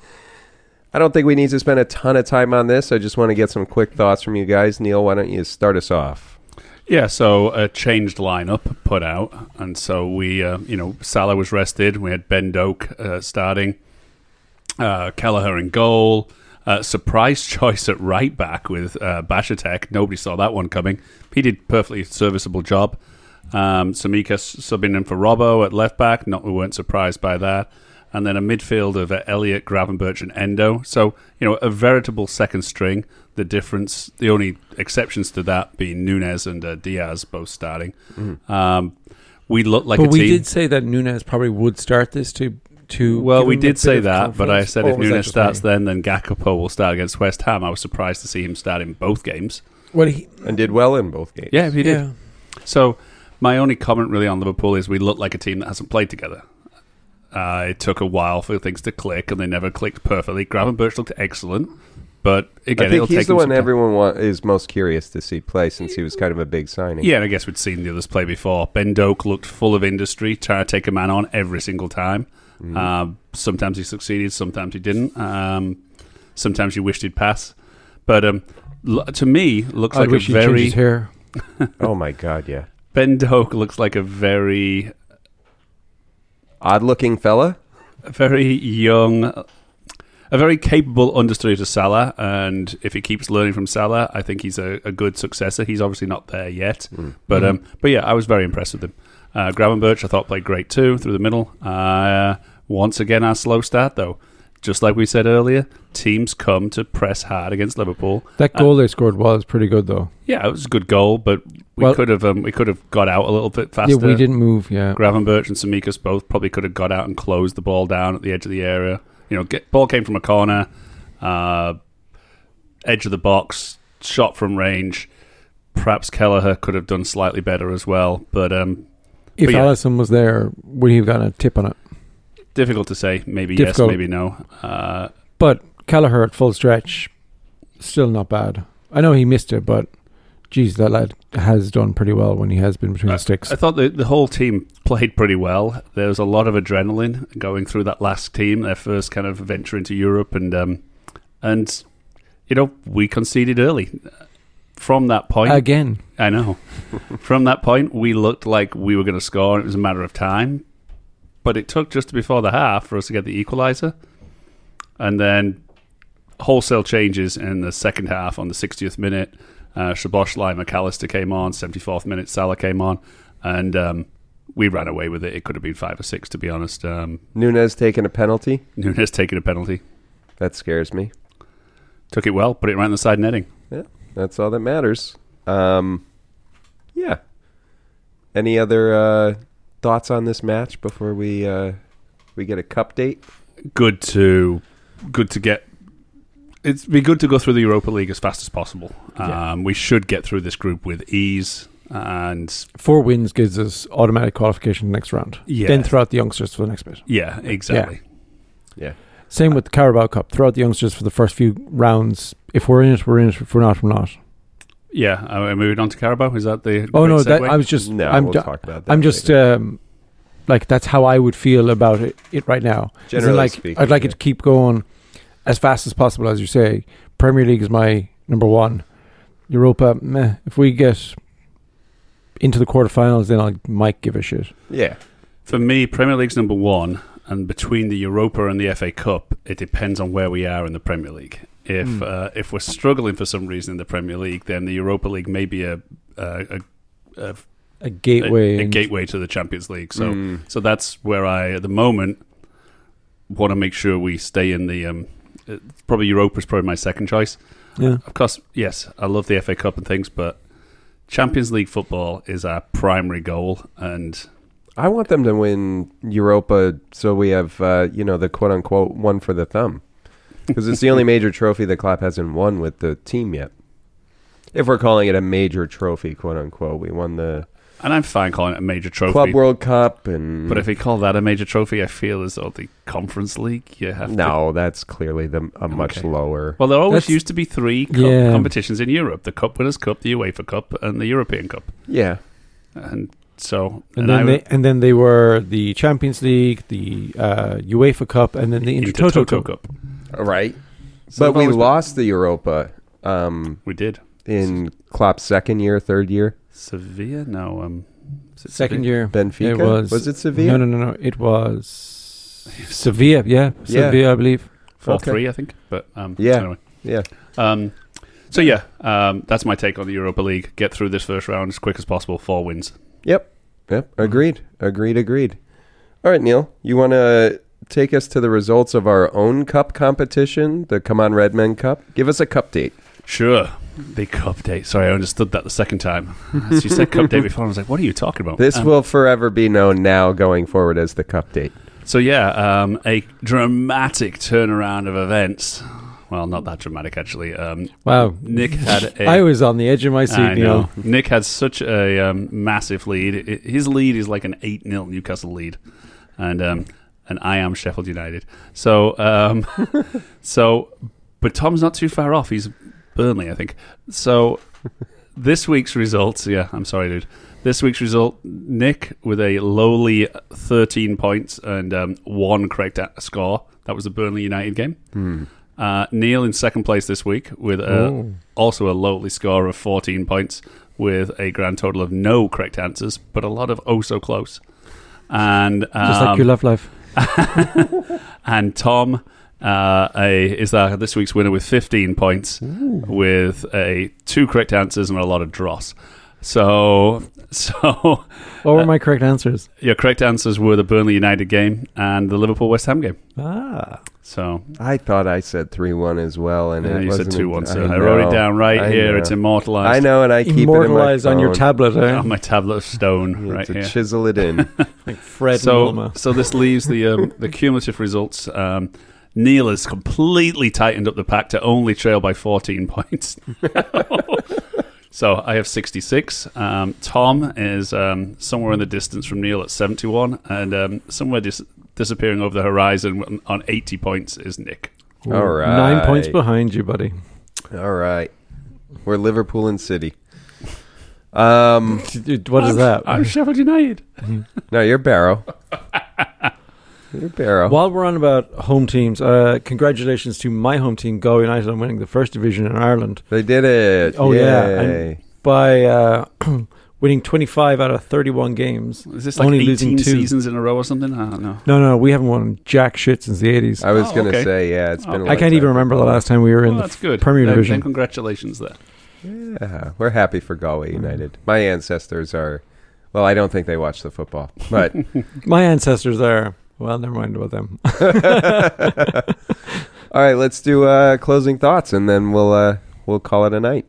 C: I don't think we need to spend a ton of time on this. I just want to get some quick thoughts from you guys. Neil, why don't you start us off?
B: Yeah, so a changed lineup put out, and so we, uh, you know, Salah was rested. We had Ben Doak uh, starting, uh, Kelleher in goal. Uh, surprise choice at right back with uh, Bashatek. Nobody saw that one coming. He did perfectly serviceable job. Um, Samika s- subbing in for Robbo at left back. Not we weren't surprised by that. And then a midfield of uh, Elliot, Gravenberch, and Endo. So you know a veritable second string. The difference, the only exceptions to that being Nunes and uh, Diaz both starting. Um, we looked like
D: but
B: a
D: we
B: team.
D: did say that Nunes probably would start this to to.
B: Well,
D: give
B: we
D: him a
B: did
D: bit
B: say
D: of
B: that, but I
D: confidence.
B: said
D: Or
B: if
D: was that
B: Nunes
D: just
B: starts
D: me?
B: then, then Gakpo will start against West Ham. I was surprised to see him start in both games.
D: well, he,
C: And did well in both games.
B: Yeah, he did.
D: yeah,
B: So my only comment really on Liverpool is we look like a team that hasn't played together. Uh, it took a while for things to click, and they never clicked perfectly. Gravenberch looked excellent, but again,
C: I
B: it'll
C: think
B: take
C: he's the
B: them
C: one
B: some time.
C: everyone wa- is most curious to see play since he was kind of a big signing.
B: Yeah, and I guess we'd seen the others play before. Ben Doak looked full of industry, trying to take a man on every single time.
D: Mm.
B: Um, sometimes he succeeded, sometimes he didn't. Um, sometimes you wished he'd pass. But um, l- to me, looks
D: I
B: like
D: wish
B: a
D: he changed his
B: very
D: hair.
C: Oh my god, yeah.
B: Ben Doak looks like a very,
C: Odd looking fella.
B: a very young, a very capable understudy to Salah. And if he keeps learning from Salah, I think he's a, a good successor. He's obviously not there yet, But
D: Mm-hmm.
B: um, but yeah, I was very impressed with him. Uh, Graham Birch, I thought played great too through the middle. Uh, once again, our slow start though, just like we said earlier, teams come to press hard against Liverpool.
D: That goal they scored was pretty good though.
B: Yeah, it was a good goal, but we
D: Well-
B: could have um, we could have got out a little bit faster.
D: Yeah, we didn't move. Yeah,
B: Gravenberch and Samikas both probably could have got out and closed the ball down at the edge of the area. You know, get, ball came from a corner, uh, edge of the box, shot from range. Perhaps Kelleher could have done slightly better as well, but um,
D: if
B: but yeah.
D: Allison was there, would he have gotten a tip on it?
B: difficult to say. Maybe
D: Difficult.
B: yes, maybe no. Uh,
D: But Callagher at full stretch, still not bad. I know he missed it, but geez, that lad has done pretty well when he has been between the sticks.
B: I thought the, the whole team played pretty well. There was a lot of adrenaline going through that last team, their first kind of venture into Europe, and um, and you know we conceded early. From that point,
D: Again,
B: I know. From that point, we looked like we were going to score. and It was a matter of time, but it took just before the half for us to get the equaliser, and then wholesale changes in the second half on the 60th minute. Uh, Shabosh Lai McAllister came on. 74th minute, Salah came on, and um, we ran away with it. It could have been five or six, to be honest. Um,
C: Nunez taking a penalty.
B: Nunes taking a penalty,
C: That scares me.
B: took it well, put it right in the side netting.
C: Yeah, that's all that matters. Um, yeah. Any other uh, thoughts on this match before we uh, we get a cup date?
B: good to good to get it's be good to go through the Europa League as fast as possible.
C: Yeah.
B: Um, we should get through this group with ease, and
D: four wins gives us automatic qualification next round.
B: Yeah.
D: Then throw out the youngsters for the next bit.
B: yeah, exactly.
C: Yeah.
D: Same with the Carabao Cup. Throw out the youngsters for the first few rounds. If we're in it, we're in it. If we're not, we're not.
B: Yeah, uh, we're moving on to Carabao. Is that the?
D: Oh
B: great
D: no, that,
B: segue?
D: I was just.
C: No,
D: I'm,
C: we'll
D: do-
C: talk about that.
D: I'm just.
C: later.
D: Um, like that's how I would feel about it, it right now. As in,
C: Generally
D: like
C: speaking,
D: I'd like
C: yeah.
D: it to keep going as fast as possible, as you say. Premier League is my number one. Europa, meh. If we get into the quarterfinals, then I might give a shit.
C: yeah.
B: for me. Premier League's number one, and between the Europa and the FA Cup, it depends on where we are in the Premier League. If
D: Mm.
B: uh, if we're struggling for some reason in the Premier League, then the Europa League may be a a, a, a
D: A gateway.
B: a, a
D: and-
B: gateway to the Champions League. So
C: Mm.
B: so that's where I at the moment want to make sure we stay in the um, uh, probably Europa's probably my second choice.
D: Yeah.
B: Of course, yes, I love the FA Cup and things, but Champions League football is our primary goal and
C: I want them to win Europa, so we have uh, you know the quote unquote one for the thumb, because it's the only major trophy the Klopp hasn't won with the team yet. If we're calling it a major trophy, quote unquote, we won the
B: and I'm fine calling it a major trophy.
C: Club World Cup, and
B: but if we call that a major trophy, I feel as though the Conference League you have to
C: no, that's clearly the a much
B: Okay.
C: lower.
B: Well, there always
D: That's-
B: used to be three cup
D: Yeah.
B: competitions in Europe: the Cup Winners' Cup, the UEFA Cup, and the European Cup.
C: yeah,
B: And So
D: And, then
B: I-
D: they and then they were the Champions League, the uh, UEFA Cup, and then the Intertoto
B: Intertoto
D: Cup.
C: Right.
B: So
C: but
B: I've
C: we
B: always been-
C: lost the Europa um,
B: We did
C: in Klopp's second year, third year.
B: Sevilla. No, um, is it
D: Second
B: Sevilla?
D: year,
C: Benfica?
D: it was
C: it Sevilla?
D: No, no, no, no. It was Sevilla. Yeah,
C: Yeah.
D: Sevilla, I believe.
B: four
C: Okay.
B: three, I think. But um,
C: Yeah.
B: Anyway.
C: Yeah.
B: Um, so yeah, um, that's my take on the Europa League. Get through this first round as quick as possible. Four wins.
C: Yep. Yep. Agreed. Agreed. Agreed. All right, Neil, you want to take us to the results of our own cup competition, the Come On Red Men Cup? Give us a cup date.
B: Sure. The cup date. Sorry, I understood that the second time. So you said cup date before. and I was like, what are you talking about?
C: This
B: Um,
C: will forever be known now going forward as the cup date.
B: So yeah, um, a dramatic turnaround of events. Well, not that dramatic actually. Um,
D: Wow,
B: Nick had a.
D: I was on the edge of my seat,
B: I
D: Neil.
B: know. Nick had such a um, massive lead. I- His lead is like an 8 0 Newcastle lead. And um, and I am Sheffield United. So um, so but Tom's not too far off. He's Burnley, I think. So this week's results, yeah, I'm sorry, dude. This week's result, Nick with a lowly 13 points and um, one correct a- score. That was the Burnley United game.
D: Hmm.
B: Uh, Neil in second place this week with a, also a lowly score of 14 points with a grand total of no correct answers, but a lot of oh so close. And um,
D: Just like your love life.
B: and Tom uh, a, is that this week's winner with 15 points, with a two correct answers and a lot of dross. So, so
D: What
B: Uh,
D: were my correct answers?
B: your correct answers were the Burnley United game and the Liverpool West Ham game.
D: Ah,
B: So
C: I thought I said 3 1 as well. and
B: uh,
C: it
B: you said
C: wasn't-
B: two one. So I,
C: know.
B: wrote it down right
C: I
B: here.
C: know.
B: It's immortalized.
C: I know, and I keep
D: immortalized
C: it in my
D: on your
C: phone.
D: tablet, eh?
B: on Oh my tablet of stone
C: Yeah,
B: right
C: to
B: here.
C: chisel it in.
D: like Fred and
B: so,
D: Wilma.
B: so this leaves the um, the cumulative results. Um, Neil has completely tightened up the pack to only trail by 14 points. so I have 66. Um, Tom is um, somewhere in the distance from Neil at 71, and um, somewhere dis- disappearing over the horizon on- on 80 points is Nick.
D: Ooh,
C: all right.
D: nine points behind you, buddy.
C: All right. We're Liverpool and City. Um,
D: Dude, What is that?
B: I'm Sheffield United.
C: no, you're Barrow. You're Barrow.
D: While we're on about home teams, uh, congratulations to my home team, Go United, on winning the first division in Ireland
C: They did it.
D: Oh, yeah, and-
C: Yay.
D: by uh, winning 25 out of 31 games.
B: Is this like
D: Only
B: 18
D: losing two.
B: seasons in a row or something? I don't know.
D: No, no, we haven't won jack shit since the 80s.
C: I was
B: Oh,
C: going to
B: okay.
C: say, yeah, it's been.
B: Oh,
C: a
B: I
D: I
C: long
D: can't even
C: time.
D: remember the last time we were in
B: Well,
D: the
B: that's good.
D: Premier
B: Then-
D: Division.
B: then congratulations there.
C: Yeah, we're happy for Galway United. My ancestors are. Well, I don't think they watch the football, but
D: My ancestors are. Well, never mind about them.
C: all right, let's do uh, closing thoughts, and then we'll uh, we'll call it a night.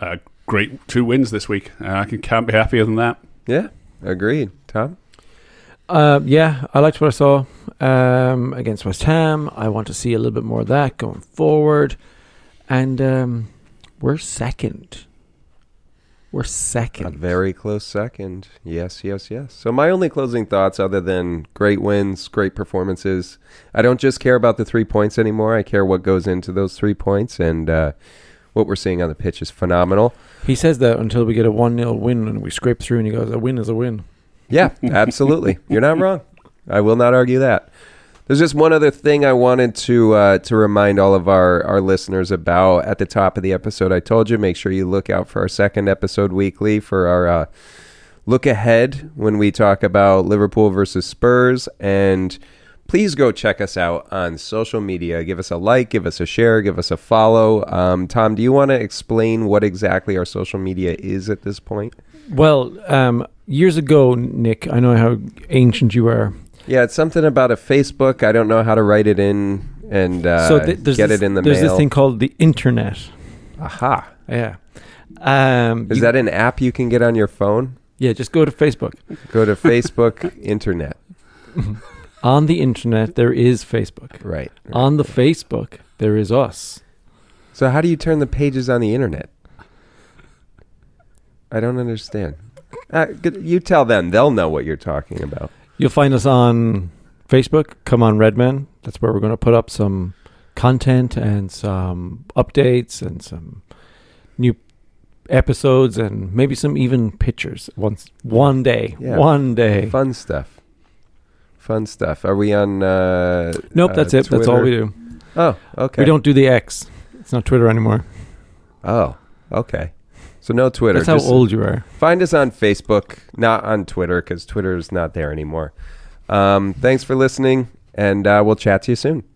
B: Uh, great two wins this week. Uh, I can, can't be happier than that.
C: Yeah, agreed, Tom.
D: Uh, yeah, I liked what I saw um, against West Ham. I want to see a little bit more of that going forward. And um, we're second. We're
C: A
D: second.
C: very close second. Yes, yes, yes. So my only closing thoughts, other than great wins, great performances, I don't just care about the three points anymore. I care what goes into those three points, and uh, what we're seeing on the pitch is phenomenal.
D: He says that until we get a 1 0 win and we scrape through, and he goes, A win is a win.
C: Yeah, absolutely. You're not wrong. I will not argue that. There's just one other thing I wanted to uh, to remind all of our, our listeners about at the top of the episode. I told you, make sure you look out for our second episode weekly for our uh, look ahead when we talk about Liverpool versus Spurs. And please go check us out on social media. Give us a like, give us a share, give us a follow. Um, Tom, do you want to explain what exactly our social media is at this point?
D: Well, um, years ago, Nick, I know how ancient you are.
C: Yeah, it's something about a Facebook. I don't know how to write it in and uh,
D: so th- there's
C: get
D: this,
C: it in the
D: there's
C: mail.
D: this thing called the internet.
C: Aha!
D: Yeah. Um,
C: Is
D: you-
C: that an app you can get on your phone?
D: yeah, just go to Facebook.
C: Go to Facebook Internet.
D: On the internet, there is Facebook.
C: Right. right.
D: On the Facebook, there is us.
C: so how do you turn the pages on the internet? I don't understand. Uh, good- you tell them; they'll know what you're talking about.
D: You'll find us on Facebook. Come on, Redman. That's where we're going to put up some content and some updates and some new episodes and maybe some even pictures once one day.
C: Yeah.
D: One day.
C: Fun stuff. Fun stuff. Are we on? Uh,
D: Nope,
C: uh,
D: that's it. That's all
C: Twitter?
D: we do.
C: Oh, okay.
D: We don't do the X. It's not Twitter anymore.
C: Oh, okay. So no Twitter.
D: That's how
C: Just
D: old you are.
C: Find us on Facebook, not on Twitter, because Twitter is not there anymore. Um, thanks for listening, and uh, we'll chat to you soon.